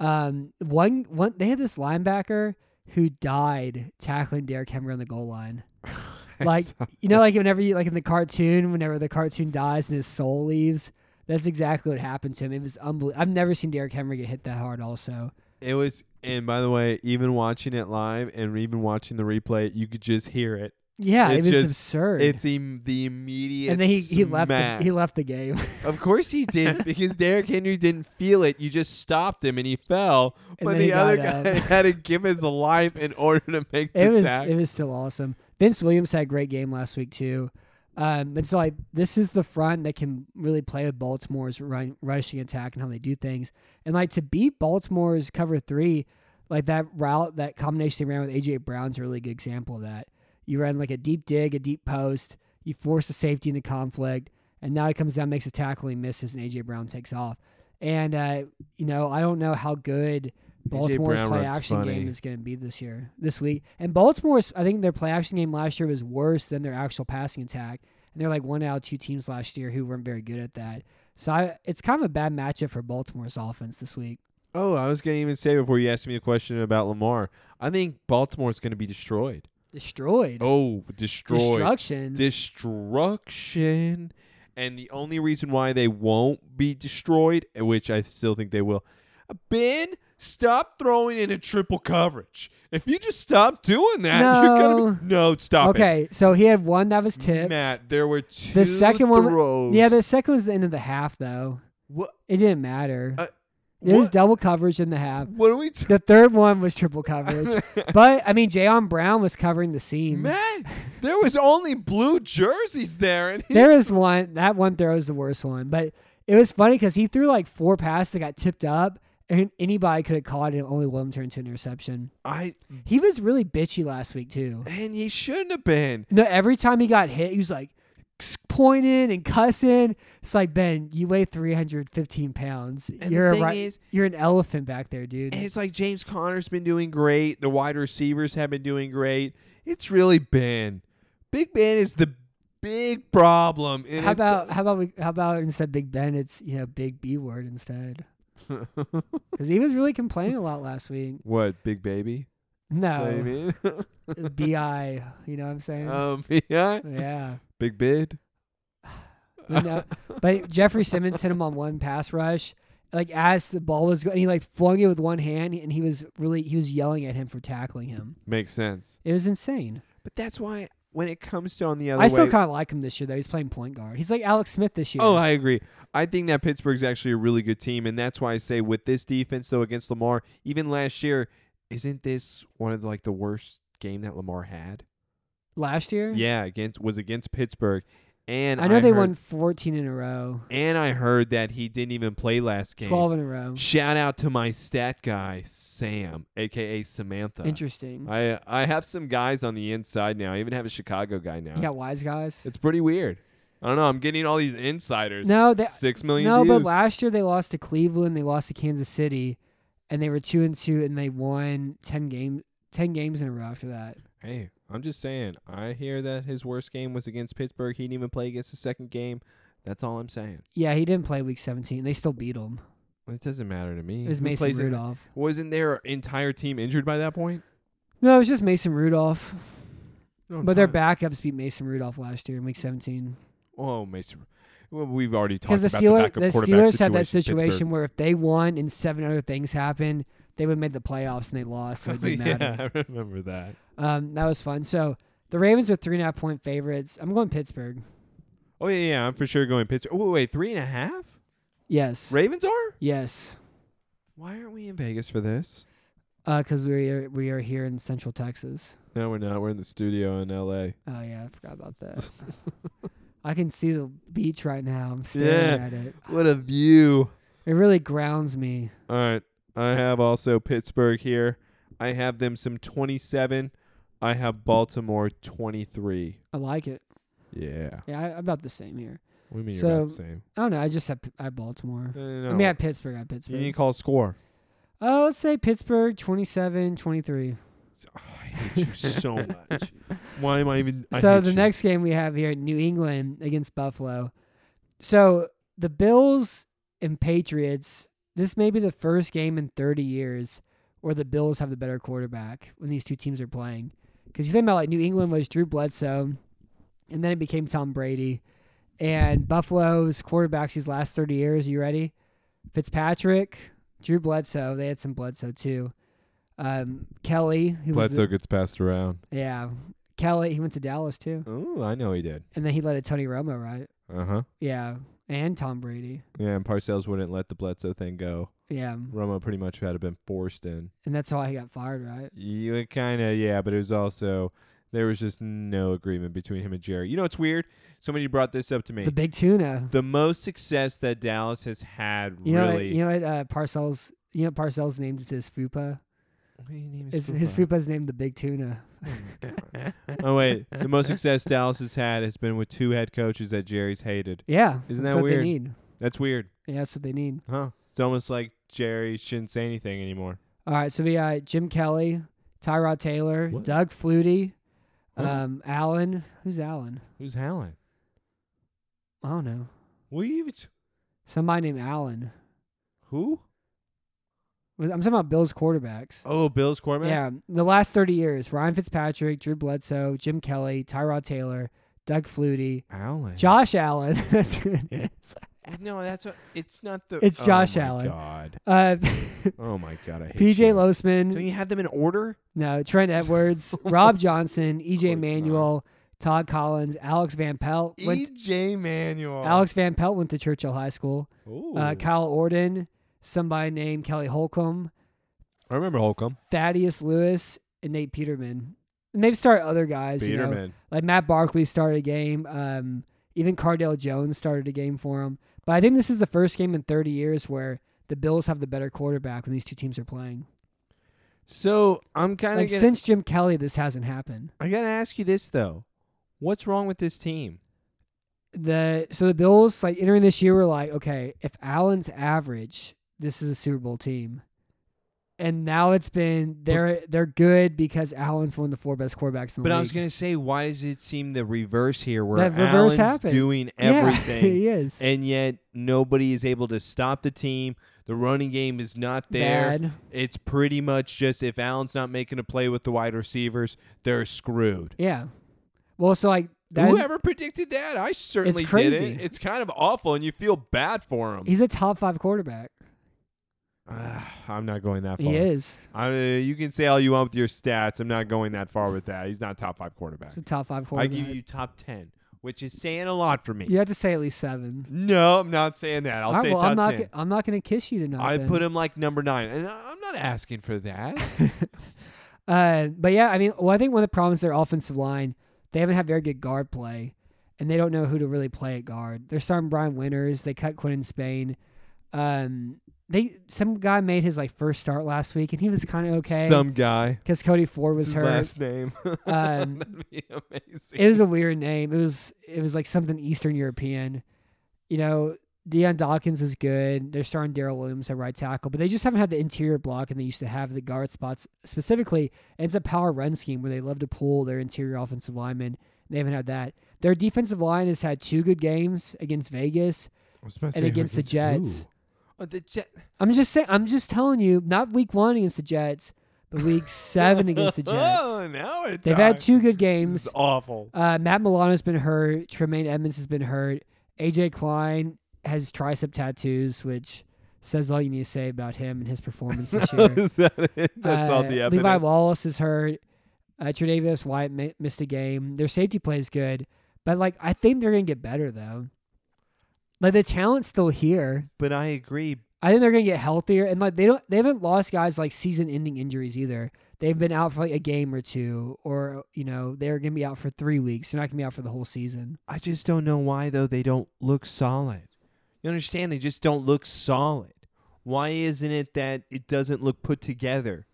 S2: Um, one one they had this linebacker who died tackling Derrick Henry on the goal line. Like you know, like whenever you like in the cartoon, whenever the cartoon dies and his soul leaves, that's exactly what happened to him. It was unbelievable. I've never seen Derrick Henry get hit that hard. Also,
S3: it was, and by the way, even watching it live and even watching the replay, you could just hear it.
S2: Yeah, it
S3: It's
S2: was
S3: just-
S2: absurd.
S3: It's im- the immediate.
S2: and then he, he left the,
S3: smack.
S2: he left the game.
S3: Of course he did because Derrick Henry didn't feel it. You just stopped him and he fell.
S2: And
S3: but
S2: then he
S3: the other
S2: got
S3: guy
S2: up.
S3: had to give his life in order to make the
S2: it was
S3: tackle.
S2: it was still awesome. Vince Williams had a great game last week too. Um, and so like this is the front that can really play with Baltimore's run, rushing attack and how they do things. And like to beat Baltimore's cover three, like that route, that combination they ran with AJ Brown's a really good example of that. You run like a deep dig, a deep post, you force the safety into conflict, and now he comes down, makes a tackle, he misses, and AJ Brown takes off. And uh, you know, I don't know how good Baltimore's
S3: Brown
S2: play
S3: runs
S2: action game
S3: funny.
S2: is going to be this year, this week. And Baltimore's, I think their play action game last year was worse than their actual passing attack. And they're like one out of two teams last year who weren't very good at that. So I, it's kind of a bad matchup for Baltimore's offense this week.
S3: oh, I was going to even say before you asked me a question about Lamar. I think Baltimore's going to be destroyed.
S2: Destroyed.
S3: Oh, destroyed.
S2: Destruction.
S3: destruction. And the only reason why they won't be destroyed, which I still think they will, Ben, stop throwing in a triple coverage. If you just stop doing that, you're gonna be no stop. it.
S2: okay, so he had one that was tipped.
S3: Matt, there were two
S2: the second
S3: throws.
S2: one, yeah, the second was the end of the half though.
S3: what?
S2: It didn't matter.
S3: Uh,
S2: it was
S3: what-
S2: double coverage in the half.
S3: What are we talking?
S2: The third one was triple coverage, but I mean, Jayon Brown was covering the seam.
S3: Matt, there was only blue jerseys there, and he-
S2: there is one that one throw is the worst one, but it was funny because he threw like four passes that got tipped up, and anybody could have caught it, and only William turned to an interception.
S3: I
S2: He was really bitchy last week too.
S3: and he shouldn't have been.
S2: No, every time he got hit, he was like pointing and cussing. It's like Ben, you weigh three hundred fifteen pounds.
S3: the
S2: you're a
S3: thing
S2: ri-
S3: is-
S2: you're an elephant back there, dude.
S3: And it's like James Conner's been doing great. The wide receivers have been doing great. It's really Ben. Big Ben is the big problem. And
S2: How
S3: it's- uh,
S2: about how about we how about instead Big Ben, it's you know Big B word instead. Because he was really complaining a lot last week.
S3: what? Big baby?
S2: No,
S3: Baby?
S2: bi, you know what I'm saying?
S3: um, yeah.
S2: yeah.
S3: Big bid.
S2: No, but Jeffrey Simmons hit him on one pass rush. Like as the ball was going, he like flung it with one hand, and he was really he was yelling at him for tackling him.
S3: Makes sense.
S2: It was insane.
S3: But that's why when it comes to on the other
S2: I still
S3: way-
S2: kind of like him this year though. He's playing point guard. He's like Alex Smith this year.
S3: Oh, I agree. I think that Pittsburgh's actually a really good team, and that's why I say with this defense though against Lamar, even last year, isn't this one of like the worst game that Lamar had?
S2: last year.
S3: Yeah, against was against Pittsburgh, and
S2: Mm-hmm. I know they
S3: heard-
S2: won 14 in a row,
S3: And I heard that he didn't even play last game.
S2: 12 in a row.
S3: Shout out to my stat guy Sam, aka Samantha.
S2: Interesting.
S3: I I have some guys on the inside now. I even have a Chicago guy now.
S2: You got wise guys.
S3: It's pretty weird. I don't know. I'm getting all these insiders.
S2: No, they,
S3: Six million.
S2: no, but
S3: views.
S2: last year they lost to Cleveland, they lost to Kansas City, and they were two and two, and they won ten game ten games in a row after that.
S3: Hey, I'm just saying. I hear that his worst game was against Pittsburgh. He didn't even play against the second game. That's all I'm saying.
S2: Yeah, he didn't play week seventeen. They still beat him.
S3: It doesn't matter to me.
S2: It was
S3: Who
S2: Mason
S3: plays in-
S2: Rudolph.
S3: wasn't their entire team injured by that point?
S2: No, it was just Mason Rudolph.
S3: No, I'm
S2: But their
S3: talking-
S2: backups beat Mason Rudolph last year in week seventeen
S3: Oh, Mason. Well, we've already
S2: because
S3: talked
S2: the
S3: about
S2: Steelers the,
S3: the backup quarterback
S2: Steelers had that
S3: situation in
S2: situation where if they won and seven other things happened, they would have made the playoffs and they lost, so it
S3: Pittsburgh.
S2: didn't matter.
S3: yeah, I remember that.
S2: Um, that was fun. So the Ravens are three and a half point favorites. I'm going Pittsburgh.
S3: Oh yeah, yeah. I'm for sure going Pittsburgh. Oh wait, three and a half.
S2: Yes.
S3: Ravens are.
S2: yes.
S3: Why aren't we in Vegas for this?
S2: Because Uh, we are we are here in Central Texas.
S3: No, we're not. We're in the studio in L.A.
S2: Oh yeah, I forgot about that. I can see the beach right now. I'm staring
S3: Yeah.
S2: at it.
S3: What a view!
S2: It really grounds me.
S3: All right. I have also Pittsburgh here. I have them some 27. I have Baltimore 23.
S2: I like it.
S3: Yeah.
S2: Yeah, I, about the same here.
S3: We mean
S2: So-
S3: you're about the same.
S2: I don't know. I just have P- I have Baltimore.
S3: No, no,
S2: I
S3: no.
S2: mean, I have Pittsburgh. I have
S3: you need to
S2: Pittsburgh.
S3: call a score.
S2: Oh, let's say Pittsburgh 27 23.
S3: Oh, I hate you so much. Why am I even? I
S2: so
S3: hate
S2: the
S3: you.
S2: next game we have here new england against buffalo so the bills and patriots this may be the first game in 30 years where the bills have the better quarterback when these two teams are playing because you think about like new england was drew bledsoe and then it became tom brady and buffalo's quarterbacks these last 30 years you ready fitzpatrick drew bledsoe they had some bledsoe too um, kelly who was the-
S3: Bledsoe gets passed around.
S2: yeah. Kelly, he went to Dallas too,
S3: Ooh, I know he did.
S2: and then he let it Tony Romo, right?
S3: Uh huh.
S2: Yeah, and Tom Brady.
S3: Yeah, and Parcells wouldn't let the Bledsoe thing go.
S2: Yeah,
S3: Romo pretty much had to been forced in.
S2: and that's how he got fired, right?
S3: You kind of yeah, but it was also there was just no agreement between him and Jerry. You know, it's weird. Somebody brought this up to me.
S2: The
S3: The,
S2: big tuna.
S3: most success that Dallas has had,
S2: You know, what,
S3: really.
S2: you know what uh, Parcells. You know Parcells named it his fupa.
S3: What do you name
S2: His, his fupa's named the big tuna.
S3: oh wait, the most success Dallas has had has been with two head coaches that Jerry's hated.
S2: Yeah,
S3: Isn't
S2: that's
S3: that
S2: what
S3: weird?
S2: They need.
S3: That's weird,
S2: Yeah, that's what they need.
S3: huh? It's almost like Jerry shouldn't say anything anymore.
S2: All right, so we got Jim Kelly, Tyrod Taylor,
S3: What?
S2: Doug Flutie,
S3: Huh?
S2: um, Allen. Who's Allen?
S3: Who's Allen?
S2: I don't know.
S3: What?
S2: Somebody named Allen.
S3: Who?
S2: Was- I'm talking about Bills quarterbacks.
S3: Oh, Bill's quarterback.
S2: yeah, the last 30 years: Ryan Fitzpatrick, Drew Bledsoe, Jim Kelly, Tyrod Taylor, Doug Flutie,
S3: Allen.
S2: Josh Allen. That's who it is.
S3: No, that's what, it's not the.
S2: It's Josh
S3: oh my
S2: Allen.
S3: God.
S2: Uh,
S3: Oh my God. I hate
S2: PJ
S3: you.
S2: Losman.
S3: Don't you have them in order?
S2: No, Trent Edwards, Rob Johnson,
S3: course
S2: EJ
S3: not. E
S2: Manuel, Todd Collins, Alex Van Pelt. Went,
S3: EJ Manuel.
S2: Alex Van Pelt went to Churchill High School.
S3: Ooh.
S2: Uh, Kyle Orton, somebody named Kelly Holcomb,
S3: I remember Holcomb.
S2: Thaddeus Lewis, and Nate Peterman. And they've started other guys. You know,
S3: Peterman.
S2: like Matt Barkley started a game. Um, even Cardell Jones started a game for him. But I think this is the first game in 30 years where the Bills have the better quarterback when these two teams are playing.
S3: So I'm kind
S2: Like
S3: of.
S2: since Jim Kelly, this hasn't happened.
S3: I gotta ask you this though. What's wrong with this team?
S2: the so the Bills like entering this year were like, okay, if Allen's average, this is a Super Bowl team. And now it's been they're they're good because Allen's one of the four best quarterbacks in the league.
S3: But I was gonna say, why does it seem the reverse here, where
S2: That reverse
S3: Allen's
S2: happened.
S3: doing
S2: Yeah,
S3: everything,
S2: he is
S3: and yet nobody is able to stop the team. The running game is not there.
S2: bad.
S3: It's pretty much just if Allen's not making a play with the wide receivers, they're screwed.
S2: Yeah. Well, so like that
S3: Whoever predicted that? I certainly
S2: crazy.
S3: didn't. It's kind of awful, and you feel bad for him.
S2: he's a top five quarterback.
S3: I'm not going that far.
S2: He is.
S3: I mean, you can say all you want with your stats. I'm not going that far with that. He's not top five quarterback.
S2: He's a top five
S3: I
S2: quarterback.
S3: give you top ten, which is saying a lot for me.
S2: You have to say at least seven.
S3: No, I'm not saying that. I'll
S2: All right,
S3: say
S2: well,
S3: top
S2: I'm not.
S3: ten.
S2: g- I'm not going to kiss you tonight.
S3: I
S2: then.
S3: put him like number nine, and I- I'm not asking for that.
S2: Uh, but yeah, I mean, well, I think one of the problems their offensive line, they haven't had very good guard play, and they don't know who to really play at guard. They're starting Brian Winters. They cut Quinn in Spain. Um, they some guy made his like first start last week, and he was kind of okay
S3: Some guy.
S2: because Cody Ford
S3: What's
S2: was
S3: his
S2: hurt.
S3: last name?
S2: Um,
S3: That'd be amazing.
S2: it was a weird name. It was it was like something Eastern European. You know, Deion Dawkins is good. They're starting Daryl Williams at right tackle, but they just haven't had the interior block and they used to have the guard spots specifically. And it's a power run scheme where they love to pull their interior offensive linemen. They haven't had that. Their defensive line has had two good games against Vegas and against the Jets.
S3: Oh, the Jet.
S2: I'm just saying. I'm just telling you, not week one against the Jets, but week seven against the Jets.
S3: oh, now we're
S2: They've had two
S3: talking.
S2: good
S3: This
S2: games.
S3: is awful.
S2: Uh, Matt Milano's been hurt. Tremaine Edmonds has been hurt. AJ Klein has tricep tattoos, which says all you need to say about him and his performance this year.
S3: is that it? That's all
S2: Uh,
S3: the evidence.
S2: Levi Wallace is hurt. Uh, Tre'Davious White mi- missed a game. Their safety play is good, but like I think they're gonna get better though. Like the talent's still here.
S3: But I agree.
S2: I think they're gonna get healthier, and like they don't, they haven't lost guys like season-ending injuries either. They've been out for like a game or two, or you know they're gonna be out for three weeks. They're not gonna be out for the whole season.
S3: I just don't know why though they don't look solid. You understand? They just don't look solid. Why isn't it that it doesn't look put together?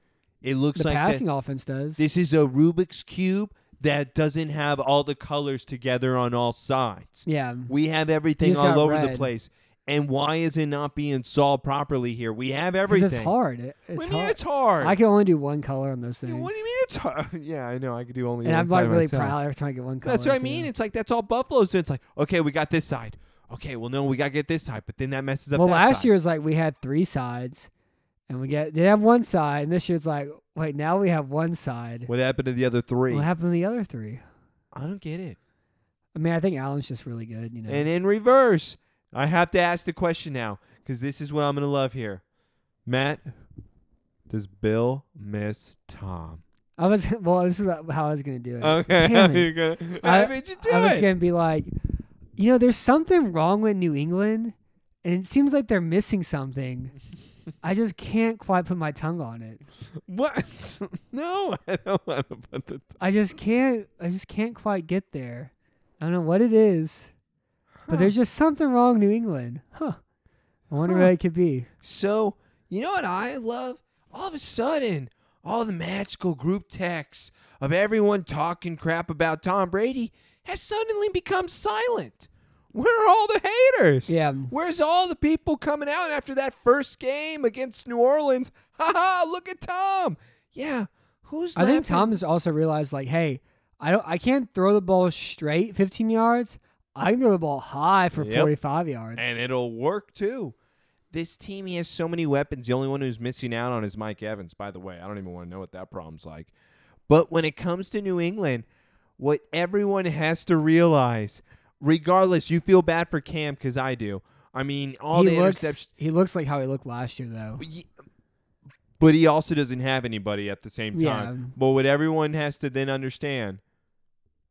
S3: It looks
S2: the
S3: like that
S2: passing offense does.
S3: this is a Rubik's cube that doesn't have all the colors together on all sides.
S2: yeah,
S3: We have everything
S2: just
S3: all
S2: got
S3: over the
S2: red.
S3: place. And why is it not being solved properly here? We have
S2: 'Cause
S3: everything.
S2: it's hard. It- it's
S3: What do you mean
S2: hard.
S3: it's hard?
S2: I can only do one color on those things,
S3: Yeah, What do you mean it's hard? Yeah, I know. I could do only
S2: and
S3: one
S2: I'm
S3: side
S2: like really
S3: myself.
S2: proud every time I get one color.
S3: That's what I
S2: too.
S3: mean. It's like that's all Buffalo's doing. It's like, okay, we got this side. Okay, well, no, we got to get this side. But then that messes up
S2: well,
S3: that
S2: last
S3: side.
S2: year was like we had three sides, and we get did have one side, and this year's like wait now we have one side.
S3: What happened to the other three?
S2: What happened to the other three?
S3: I don't get it.
S2: I mean, I think Allen's just really good. You know,
S3: And in reverse, I have to ask the question now because this is what I'm going to love here. Matt, does Bill miss Tom?
S2: I was well. This is how I was gonna do it.
S3: Okay.
S2: Damn it.
S3: You're gonna, I, made you do
S2: I was
S3: it.
S2: gonna be like, you know, there's something wrong with New England, and it seems like they're missing something. I just can't quite put my tongue on it.
S3: what? no, I don't want to put the.
S2: I just can't. I just can't quite get there. I don't know what it is, but there's just something wrong, New England. Huh. I wonder
S3: Huh.
S2: what it could be.
S3: So, you know what I love? All of a sudden, all the magical group texts of everyone talking crap about Tom Brady has suddenly become silent. Where are all the haters?
S2: Yeah.
S3: Where's all the people coming out after that first game against New Orleans? Ha ha, look at Tom. Yeah, who's
S2: I think
S3: laughing?
S2: Tom's also realized like, hey, I don't. I can't throw the ball straight 15 yards. I can throw the ball high for
S3: Yep.
S2: 45 yards.
S3: And it'll work too. This team, he has so many weapons. The only one who's missing out on is Mike Evans, by the way. I don't even want to know what that problem's like. But when it comes to New England, what everyone has to realize, regardless, you feel bad for Cam because I do. I mean, all
S2: he
S3: the
S2: looks.
S3: interceptions.
S2: He looks like how he looked last year, though.
S3: Ye- But he also doesn't have anybody at the same time.
S2: Yeah.
S3: But what everyone has to then understand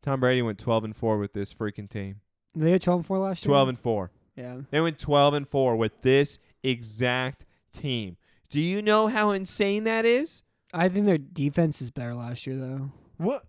S3: Tom Brady went 12 and 4 with this freaking team.
S2: They had 12 and 4 last year?
S3: 12 and 4.
S2: Yeah.
S3: They went 12 and 4 with this exact team. Do you know how insane that is?
S2: I think their defense is better last year, though.
S3: What?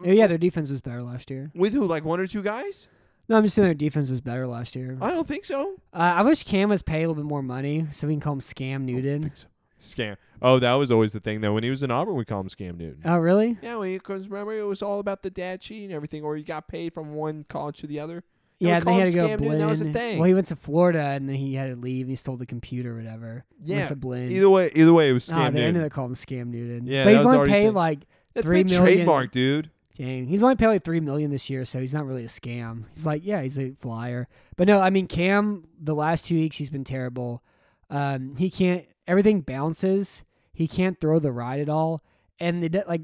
S3: Mm.
S2: Yeah, Yeah, their defense was better last year.
S3: With who? Like one or two guys?
S2: No, I'm just saying their defense was better last year. Uh,
S3: I don't think so.
S2: I wish Cam was paid a little bit more money so we can call him Scam Newton.
S3: Scam. Oh, that was always the thing though. When he was in Auburn, we called him Scam Newton.
S2: Oh, really?
S3: yeah, when he comes, remember it was all about the dad cheating and everything, or he got paid from one college to the other. we
S2: Yeah, and then he
S3: called
S2: had to
S3: him
S2: go
S3: Scam
S2: blend.
S3: Newton. That was the thing.
S2: Well, he went to Florida and then he had to leave. and He stole the computer or whatever.
S3: Yeah,
S2: Went to blend.
S3: Either way, either way, it was
S2: oh,
S3: Scam
S2: they ended
S3: Newton.
S2: up calling him Scam Newton.
S3: Yeah,
S2: but
S3: that
S2: he's
S3: was
S2: only
S3: already
S2: paid
S3: thing.
S2: like
S3: That's
S2: three
S3: big
S2: million-
S3: trademark, dude.
S2: Dang, he's only paid like three million this year, so he's not really a scam. He's like, yeah, he's a flyer. But no, I mean Cam, the last two weeks he's been terrible. Um, he can't everything bounces. He can't throw the ride at all. And the de- like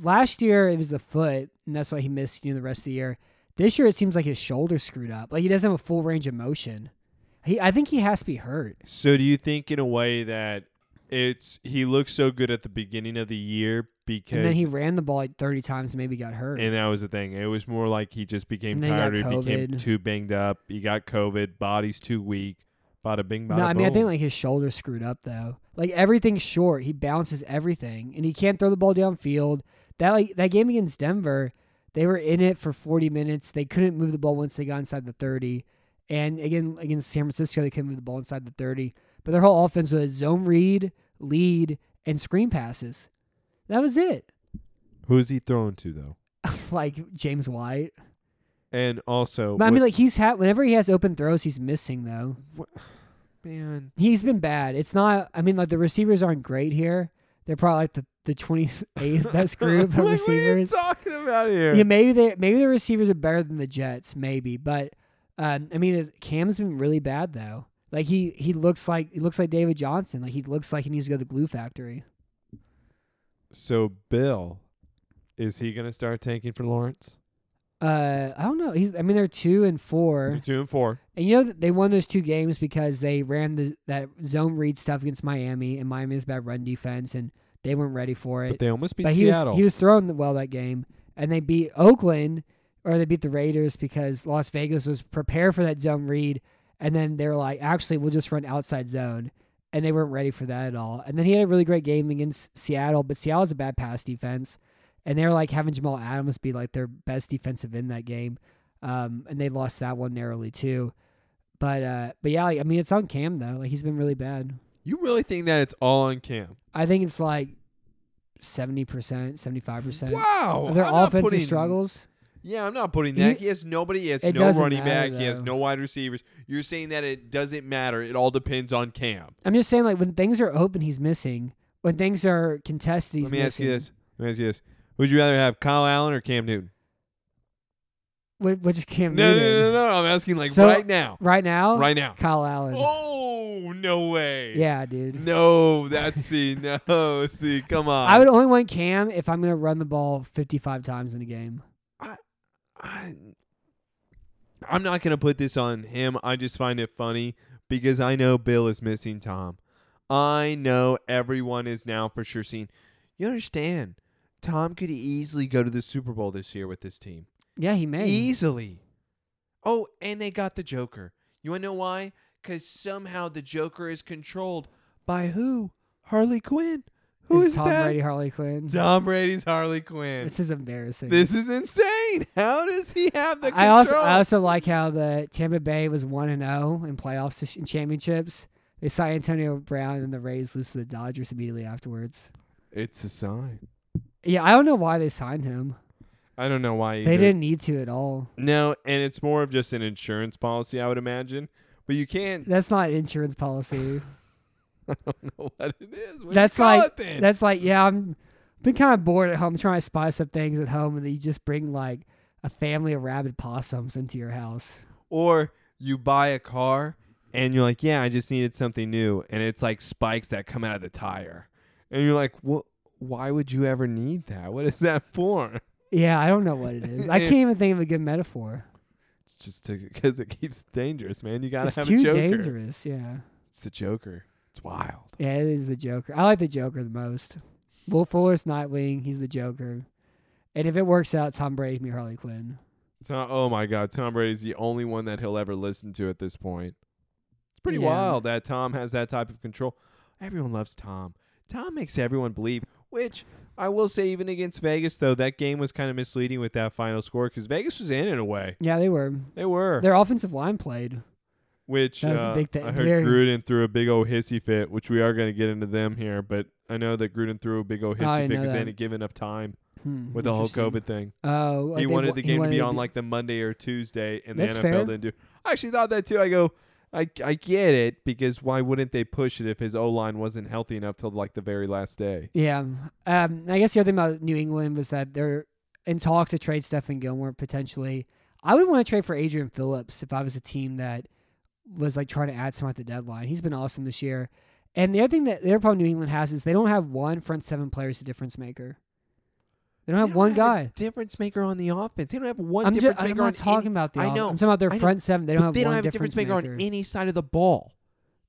S2: last year it was the foot, and that's why he missed you know the rest of the year. This year it seems like his shoulder screwed up. Like he doesn't have a full range of motion. He, I think he has to be hurt.
S3: So do you think in a way that it's he looks so good at the beginning of the year because
S2: And then he ran the ball like thirty times and maybe got hurt.
S3: And that was the thing. It was more like he just became
S2: And then he
S3: tired. He
S2: got
S3: became
S2: COVID.
S3: too banged up. He got COVID. Body's too weak. Bada bing, bada
S2: No, I mean I
S3: boom.
S2: think like his shoulder screwed up though. Like everything's short. He bounces everything, and he can't throw the ball downfield. That like that game against Denver, they were in it for 40 minutes. They couldn't move the ball once they got inside the 30. And again against San Francisco, they couldn't move the ball inside the 30. But their whole offense was zone read, lead, and screen passes. That was it.
S3: Who's he throwing to though?
S2: like James White.
S3: And also,
S2: But I mean,
S3: what-
S2: like he's had whenever he has open throws, he's missing though.
S3: man,
S2: He's been bad. It's not. I mean, like the receivers aren't great here. They're probably like the the twenty eighth best group
S3: Like,
S2: of
S3: what are you
S2: receivers.
S3: talking about here?
S2: Yeah, maybe they maybe the receivers are better than the Jets. Maybe, but um, I mean, is- Cam's been really bad though. Like he he looks like he looks like David Johnson. Like he looks like he needs to go to the glue factory.
S3: so Bill, is he gonna start tanking for Lawrence?
S2: Uh, I don't know. He's. I mean, they're two and four,
S3: Two and four.
S2: and you know that they won those two games because they ran the that zone read stuff against Miami, and Miami is bad run defense, and they weren't ready for it.
S3: But they almost beat
S2: but he
S3: Seattle.
S2: was he was throwing well that game, and they beat Oakland or they beat the Raiders because Las Vegas was prepared for that zone read, and then they were like, actually, we'll just run outside zone, and they weren't ready for that at all. And then he had a really great game against Seattle, but Seattle's a bad pass defense, and they were like having Jamal Adams be like their best defensive in that game, um, and they lost that one narrowly too. But uh, but yeah, like, I mean, it's on Cam though. Like he's been really bad.
S3: you really think that it's all on Cam?
S2: I think it's like seventy percent, seventy five percent
S3: Wow,
S2: their
S3: Oh, I'm not
S2: offensive
S3: putting-
S2: struggles.
S3: Yeah, I'm not putting
S2: You-
S3: that. He has nobody. He has
S2: It
S3: no
S2: doesn't
S3: running
S2: matter,
S3: back. He has
S2: though.
S3: no wide receivers. You're saying that it doesn't matter. It all depends on Cam.
S2: I'm just saying, like when things are open, he's missing. When things are contested, he's
S3: Let me ask
S2: missing.
S3: you this. Let me ask you this. Would you rather have Kyle Allen or Cam Newton?
S2: Wh- Which is Cam
S3: No, no,
S2: Newton.
S3: no, no, no. I'm asking like
S2: So-
S3: right now.
S2: Right now,
S3: Right now.
S2: Kyle Allen.
S3: Oh, no way.
S2: Yeah, dude.
S3: No, that's see, no, see, come on.
S2: I would only want Cam if I'm gonna run the ball 55 times in a game.
S3: I, I'm not gonna put this on him. I just find it funny because I know Bill is missing Tom. I know everyone is now for sure seeing. You understand? Tom could easily go to the Super Bowl this year with this team.
S2: Yeah, he may.
S3: Easily. Oh, and they got the Joker. You want to know why? Because somehow the Joker is controlled by who? Harley Quinn. Who
S2: It's
S3: is
S2: Tom
S3: that?
S2: Brady, Harley Quinn?
S3: Tom Brady's Harley Quinn.
S2: This is embarrassing.
S3: this is insane. How does he have the control?
S2: I also I also like how the Tampa Bay was one and zero in playoffs this- in championships. They signed Antonio Brown and the Rays lose to the Dodgers immediately afterwards.
S3: it's a sign.
S2: Yeah, I don't know why they signed him.
S3: I don't know why
S2: They
S3: either.
S2: didn't need to at all.
S3: No, and it's more of just an insurance policy, I would imagine. But you can't.
S2: That's not insurance policy.
S3: I don't know what it is. What do you
S2: that's
S3: call
S2: like
S3: it then?
S2: that's like yeah. I'm been kind of bored at home trying to spice up things at home, and then you just bring like a family of rabid possums into your house.
S3: Or you buy a car and you're like, yeah, I just needed something new, and it's like spikes that come out of the tire, and you're like, what? Why would you ever need that? What is that for?
S2: Yeah, I don't know what it is. I can't even think of a good metaphor.
S3: It's just because it keeps dangerous, man. You gotta
S2: It's
S3: have
S2: too
S3: a joker.
S2: dangerous. Yeah.
S3: It's the Joker. It's wild.
S2: Yeah, it is the Joker. I like the Joker the most. Will Fuller's Nightwing. He's the Joker. And if it works out, Tom Brady can be Harley Quinn.
S3: Tom, oh my God, Tom Brady's the only one that he'll ever listen to at this point. It's pretty
S2: Yeah.
S3: wild that Tom has that type of control. Everyone loves Tom. Tom makes everyone believe, which I will say, even against Vegas, though, that game was kind of misleading with that final score because Vegas was in it a way.
S2: Yeah, they were.
S3: They were,
S2: Their offensive line played.
S3: which
S2: That was a
S3: uh,
S2: big thing.
S3: I heard
S2: Very-
S3: Gruden threw a big old hissy fit, which we are going to get into them here, but I know that Gruden threw a big old
S2: Oh, I
S3: hissy fit
S2: didn't know
S3: because they
S2: that.
S3: didn't give enough time
S2: Hmm,
S3: with the whole
S2: interesting.
S3: COVID thing.
S2: Oh,
S3: he
S2: they
S3: wanted
S2: wa-
S3: the
S2: he
S3: game to
S2: wanted
S3: be on like the Monday or Tuesday, and the
S2: That's
S3: NFL
S2: fair.
S3: didn't do. I actually thought that too. I go, I, I get it because why wouldn't they push it if his O line wasn't healthy enough till like the very last day?
S2: Yeah. Um, I guess the other thing about New England was that they're in talks to trade Stephen Gilmore potentially. I would want to trade for Adrian Phillips if I was a team that was like trying to add someone at the deadline. He's been awesome this year. And the other thing that their problem New England has is they don't have one front seven player as a difference maker. They don't have one guy.
S3: difference maker on the offense. They don't have one
S2: I'm, ju-
S3: difference
S2: I'm
S3: maker on
S2: not talking about the.
S3: I
S2: off-
S3: know,
S2: I'm talking about their
S3: I know,
S2: front seven. They don't have
S3: they
S2: one
S3: don't have a
S2: difference,
S3: difference maker, on any side of the ball.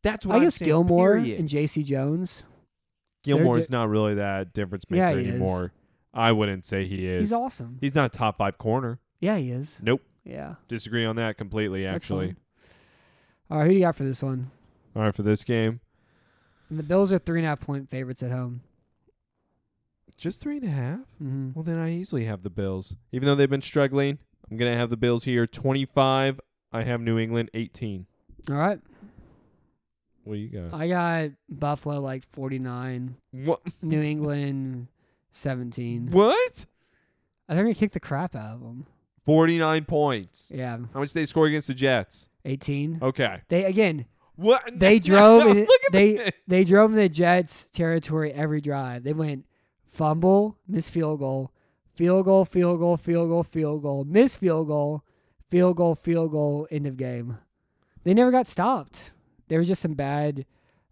S3: That's what
S2: I
S3: I'm
S2: guess
S3: saying,
S2: Gilmore
S3: period.
S2: and J.C. Jones.
S3: Gilmore's
S2: di-
S3: not really that difference maker
S2: Yeah, he is.
S3: anymore. I wouldn't say he is.
S2: He's awesome.
S3: He's not a top five corner.
S2: Yeah, he is.
S3: Nope.
S2: Yeah.
S3: Disagree on that completely.
S2: that's
S3: Actually,
S2: fine. All right, who do you got for this one?
S3: all right for this game,
S2: And the Bills are three and a half point favorites at home.
S3: just three and a half.
S2: hmm
S3: Well, then I easily have the Bills. Even though they've been struggling, I'm going to have the Bills here 25. I have New England 18.
S2: All right.
S3: What do you got?
S2: I got Buffalo like 49,
S3: what?
S2: New England 17.
S3: what?
S2: I think I'm going to kick the crap out of them.
S3: 49 points.
S2: Yeah.
S3: How much did they score against the Jets?
S2: 18.
S3: Okay.
S2: They, again,
S3: What?
S2: they drove
S3: Look
S2: in,
S3: at
S2: they,
S3: this.
S2: they drove in the Jets territory every drive. They went fumble, miss field goal, field goal, field goal, field goal, field goal, miss field goal, field goal, field goal, end of game. They never got stopped. There was just some bad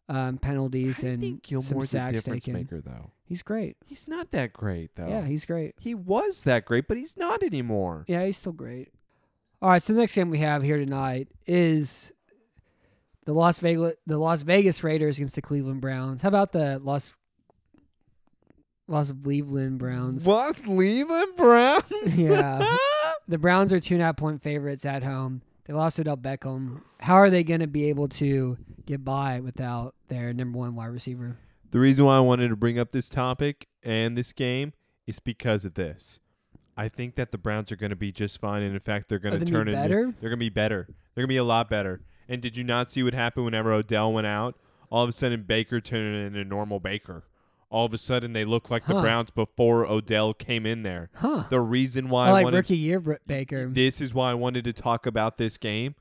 S2: um, penalties
S3: I
S2: and
S3: think
S2: some
S3: Gilmore's a
S2: sacks
S3: difference
S2: taken.
S3: maker, Oh. though.
S2: He's great.
S3: He's not that great, though.
S2: Yeah, he's great.
S3: he was that great, but he's not anymore.
S2: Yeah, he's still great. All right, so the next game we have here tonight is the Las Vegas the Las Vegas Raiders against the Cleveland Browns. How about the Las Las Cleveland Browns?
S3: Was Leland Brown?
S2: Yeah. The Browns are two and a half point favorites at home. They lost without Beckham. How are they going to be able to get by without their number one wide receiver?
S3: The reason why I wanted to bring up this topic and this game is because of this. I think that the Browns are going to be just fine, and in fact, they're
S2: Are
S3: going to
S2: they
S3: turn
S2: gonna be
S3: into-
S2: better?
S3: They're going to be better. They're going to be a lot better. And did you not see what happened whenever Odell went out? All of a sudden, Baker turned into normal Baker. All of a sudden, they look like the
S2: Huh.
S3: Browns before Odell came in there.
S2: Huh?
S3: The reason
S2: I
S3: why I
S2: like
S3: wanted
S2: rookie year Br- Baker.
S3: this is why I wanted to talk about this game.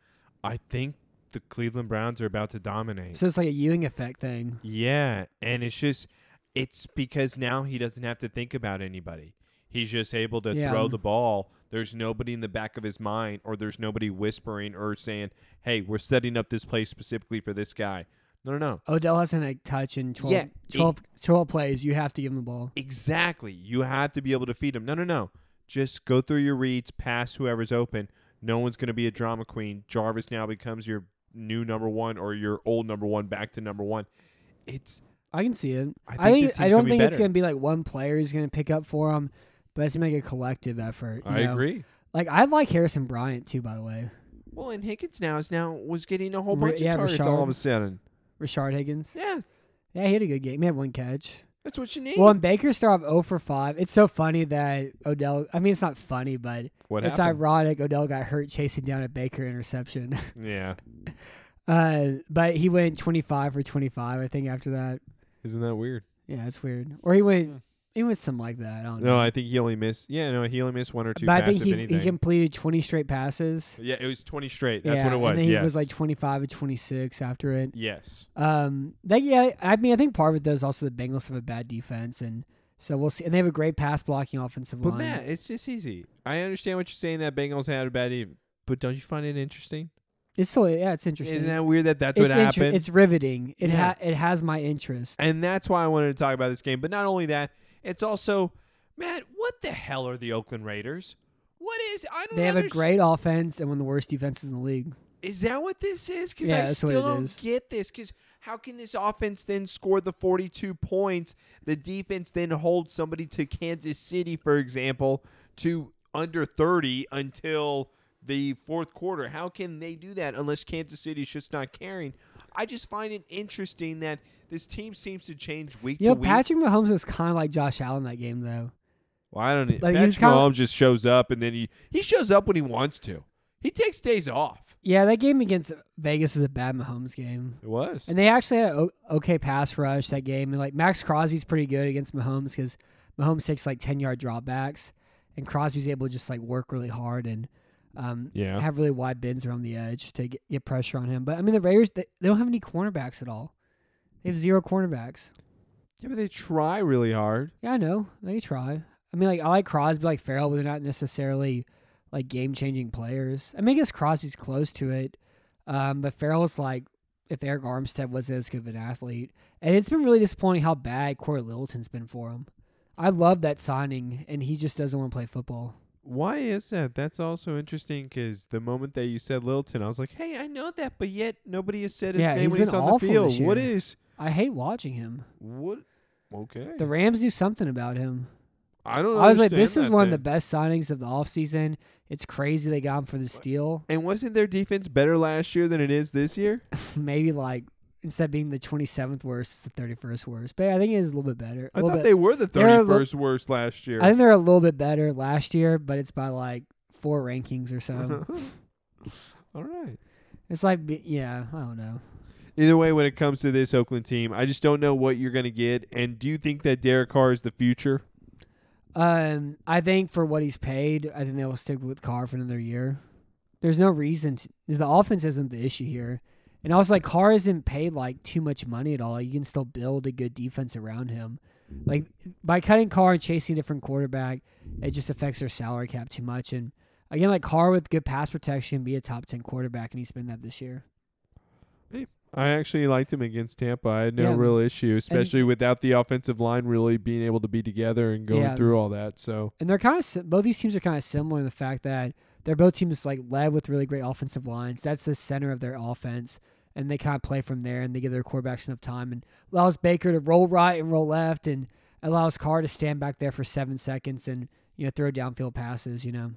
S3: I think the Cleveland Browns are about to dominate.
S2: So it's like a Ewing effect thing.
S3: Yeah, and it's just it's because now he doesn't have to think about anybody. He's just able to
S2: Yeah.
S3: throw the ball. There's nobody in the back of his mind or there's nobody whispering or saying, "Hey, we're setting up this play specifically for this guy." No, no, no.
S2: Odell hasn't a touch in 12,
S3: Yeah, it-
S2: 12 12 plays. You have to give him the ball.
S3: Exactly. You have to be able to feed him. No, no, no. Just go through your reads, pass whoever's open. No one's going to be a drama queen. Jarvis now becomes your new number 1 or your old number 1 back to number 1. It's
S2: I can see it.
S3: I
S2: I
S3: think
S2: think
S3: this
S2: I
S3: team's
S2: don't
S3: gonna be
S2: think it's
S3: better.
S2: going to be like one player is going to pick up for him, but it's going to make a collective effort. you
S3: I
S2: know?
S3: agree.
S2: Like I like Harrison Bryant too, by the way.
S3: Well, and Higgins now is now was getting a whole
S2: Re-
S3: bunch of
S2: yeah,
S3: targets
S2: Rashard.
S3: all of a sudden.
S2: Rashard Higgins.
S3: Yeah,
S2: Yeah, he had a good game. He had one catch.
S3: that's what you need.
S2: Well, and Baker started off 0 for 5. It's so funny that Odell, I mean, it's not funny, but
S3: what
S2: it's
S3: happened?
S2: ironic. Odell got hurt chasing down a Baker interception.
S3: yeah,
S2: uh, but he went 25 for 25, I think, after that.
S3: isn't that weird?
S2: Yeah, it's weird. Or he went,
S3: Hmm.
S2: he went something like that. I don't know.
S3: No, I think he only missed. Yeah, no, he only missed one or two.
S2: but I
S3: passes,
S2: think
S3: if
S2: he,
S3: anything.
S2: he completed 20 straight passes.
S3: Yeah, it was twenty straight. That's
S2: yeah,
S3: what it was.
S2: And then he
S3: yes.
S2: was like 25 or 26 after it.
S3: yes.
S2: Um, that yeah, I mean, I think part of it though is also the Bengals have a bad defense, and so we'll see. And they have a great pass blocking offensive
S3: But
S2: line.
S3: Matt, it's just easy. I understand what you're saying that Bengals had a bad evening, but don't you find it interesting?
S2: it's still yeah, it's interesting.
S3: Isn't that weird that that's
S2: it's
S3: what
S2: inter-
S3: happened?
S2: It's riveting. It
S3: Yeah.
S2: ha- it has my interest.
S3: and that's why I wanted to talk about this game. But not only that, it's also Matt. What the hell are the Oakland Raiders? What is I don't.
S2: They have a
S3: underst-
S2: great offense and one of the worst defenses in the league.
S3: Is that what this is? Because
S2: Yeah,
S3: I
S2: that's what
S3: still
S2: it
S3: don't
S2: is.
S3: get this. Because how can this offense then score the 42 points? The defense then holds somebody to Kansas City, for example, to under 30 until the fourth quarter. How can they do that unless Kansas City's just not caring? I just find it interesting that this team seems to change week
S2: You know,
S3: to week.
S2: Patrick Mahomes is kind of like Josh Allen that game though.
S3: well, I don't. e-,
S2: Like, he
S3: Patrick
S2: was kinda-
S3: Mahomes just shows up and then he he shows up when he wants to. He takes days off.
S2: Yeah, that game against Vegas was a bad Mahomes game.
S3: It was.
S2: And they actually had an okay pass rush that game. And like Max Crosby's pretty good against Mahomes because Mahomes takes like 10 yard dropbacks. And Crosby's able to just like work really hard and um,
S3: Yeah.
S2: have really wide bends around the edge to get, get pressure on him. But I mean, the Raiders, they, they don't have any cornerbacks at all. They have zero cornerbacks.
S3: yeah, but they try really hard.
S2: Yeah, I know. They try. I mean, like, I like Crosby, like Farrell, but they're not necessarily like game changing players. I mean, I guess Crosby's close to it. Um, but Farrell's like, if Eric Armstead wasn't as good of an athlete. And it's been really disappointing how bad Corey Littleton's been for him. I love that signing, and he just doesn't want to play football.
S3: Why is that? That's also interesting because the moment that you said Littleton, I was like, hey, I know that, but yet nobody has said his
S2: Yeah,
S3: name
S2: he's
S3: when he's
S2: been
S3: on the
S2: awful
S3: field.
S2: this
S3: What
S2: year.
S3: is
S2: I hate watching him.
S3: what? Okay,
S2: The Rams knew something about him.
S3: I don't.
S2: I was like,
S3: understand
S2: this is
S3: that
S2: one of
S3: then.
S2: the best signings of the offseason. It's crazy they got him for the steal.
S3: And wasn't their defense better last year than it is this year?
S2: maybe like instead of being the 27th worst, it's the 31st worst. But I think it is a little bit better. A
S3: I
S2: little
S3: thought
S2: bit-
S3: they were the
S2: They're a li-
S3: thirty-first worst last year.
S2: I think they're a little bit better last year, but it's by like four rankings or
S3: Uh-huh.
S2: so.
S3: All right.
S2: it's like, be- yeah, I don't know.
S3: Either way, when it comes to this Oakland team, I just don't know what you're going to get. And do you think that Derek Carr is the future?
S2: Um, I think for what he's paid, I think they will stick with Carr for another year. There's no reason to, 'cause the offense isn't the issue here. And also, like Carr isn't paid like too much money at all. Like, you can still build a good defense around him. Like by cutting Carr and chasing a different quarterback, it just affects their salary cap too much. And again, like Carr with good pass protection, be a top ten quarterback, and he's been that this year.
S3: I actually liked him against Tampa. I had no
S2: Yeah.
S3: real issue, especially without the offensive line really being able to be together and going
S2: Yeah.
S3: through all that. So
S2: And they're kind of both these teams are kind of similar in the fact that they're both teams like led with really great offensive lines. That's the center of their offense, and they kind of play from there, and they give their quarterbacks enough time and allows Baker to roll right and roll left, and allows Carr to stand back there for seven seconds and you know throw downfield passes. You know,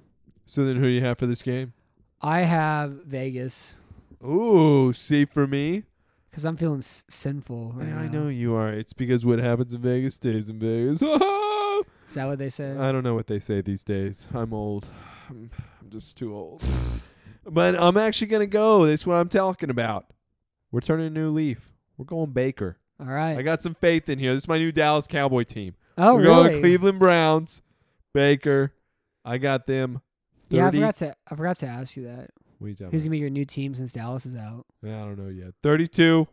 S3: so then who do you have for this game?
S2: I have Vegas
S3: Ooh, see for me.
S2: because I'm feeling s- sinful. Right
S3: I
S2: now.
S3: know you are. It's because what happens in Vegas stays in Vegas. I
S2: Is that what they said?
S3: don't know what they say these days. I'm old. I'm, I'm just too old. but I'm actually going to go. That's what I'm talking about. We're turning a new leaf. We're going Baker.
S2: All right.
S3: I got some faith in here. This is my new Dallas Cowboy team.
S2: oh
S3: We're
S2: really?
S3: going Cleveland Browns, Baker. I got them. 30.
S2: yeah, I forgot to I forgot to ask you that.
S3: What are you talking
S2: Who's gonna be your new team since Dallas is out?
S3: about? I don't know yet. 32,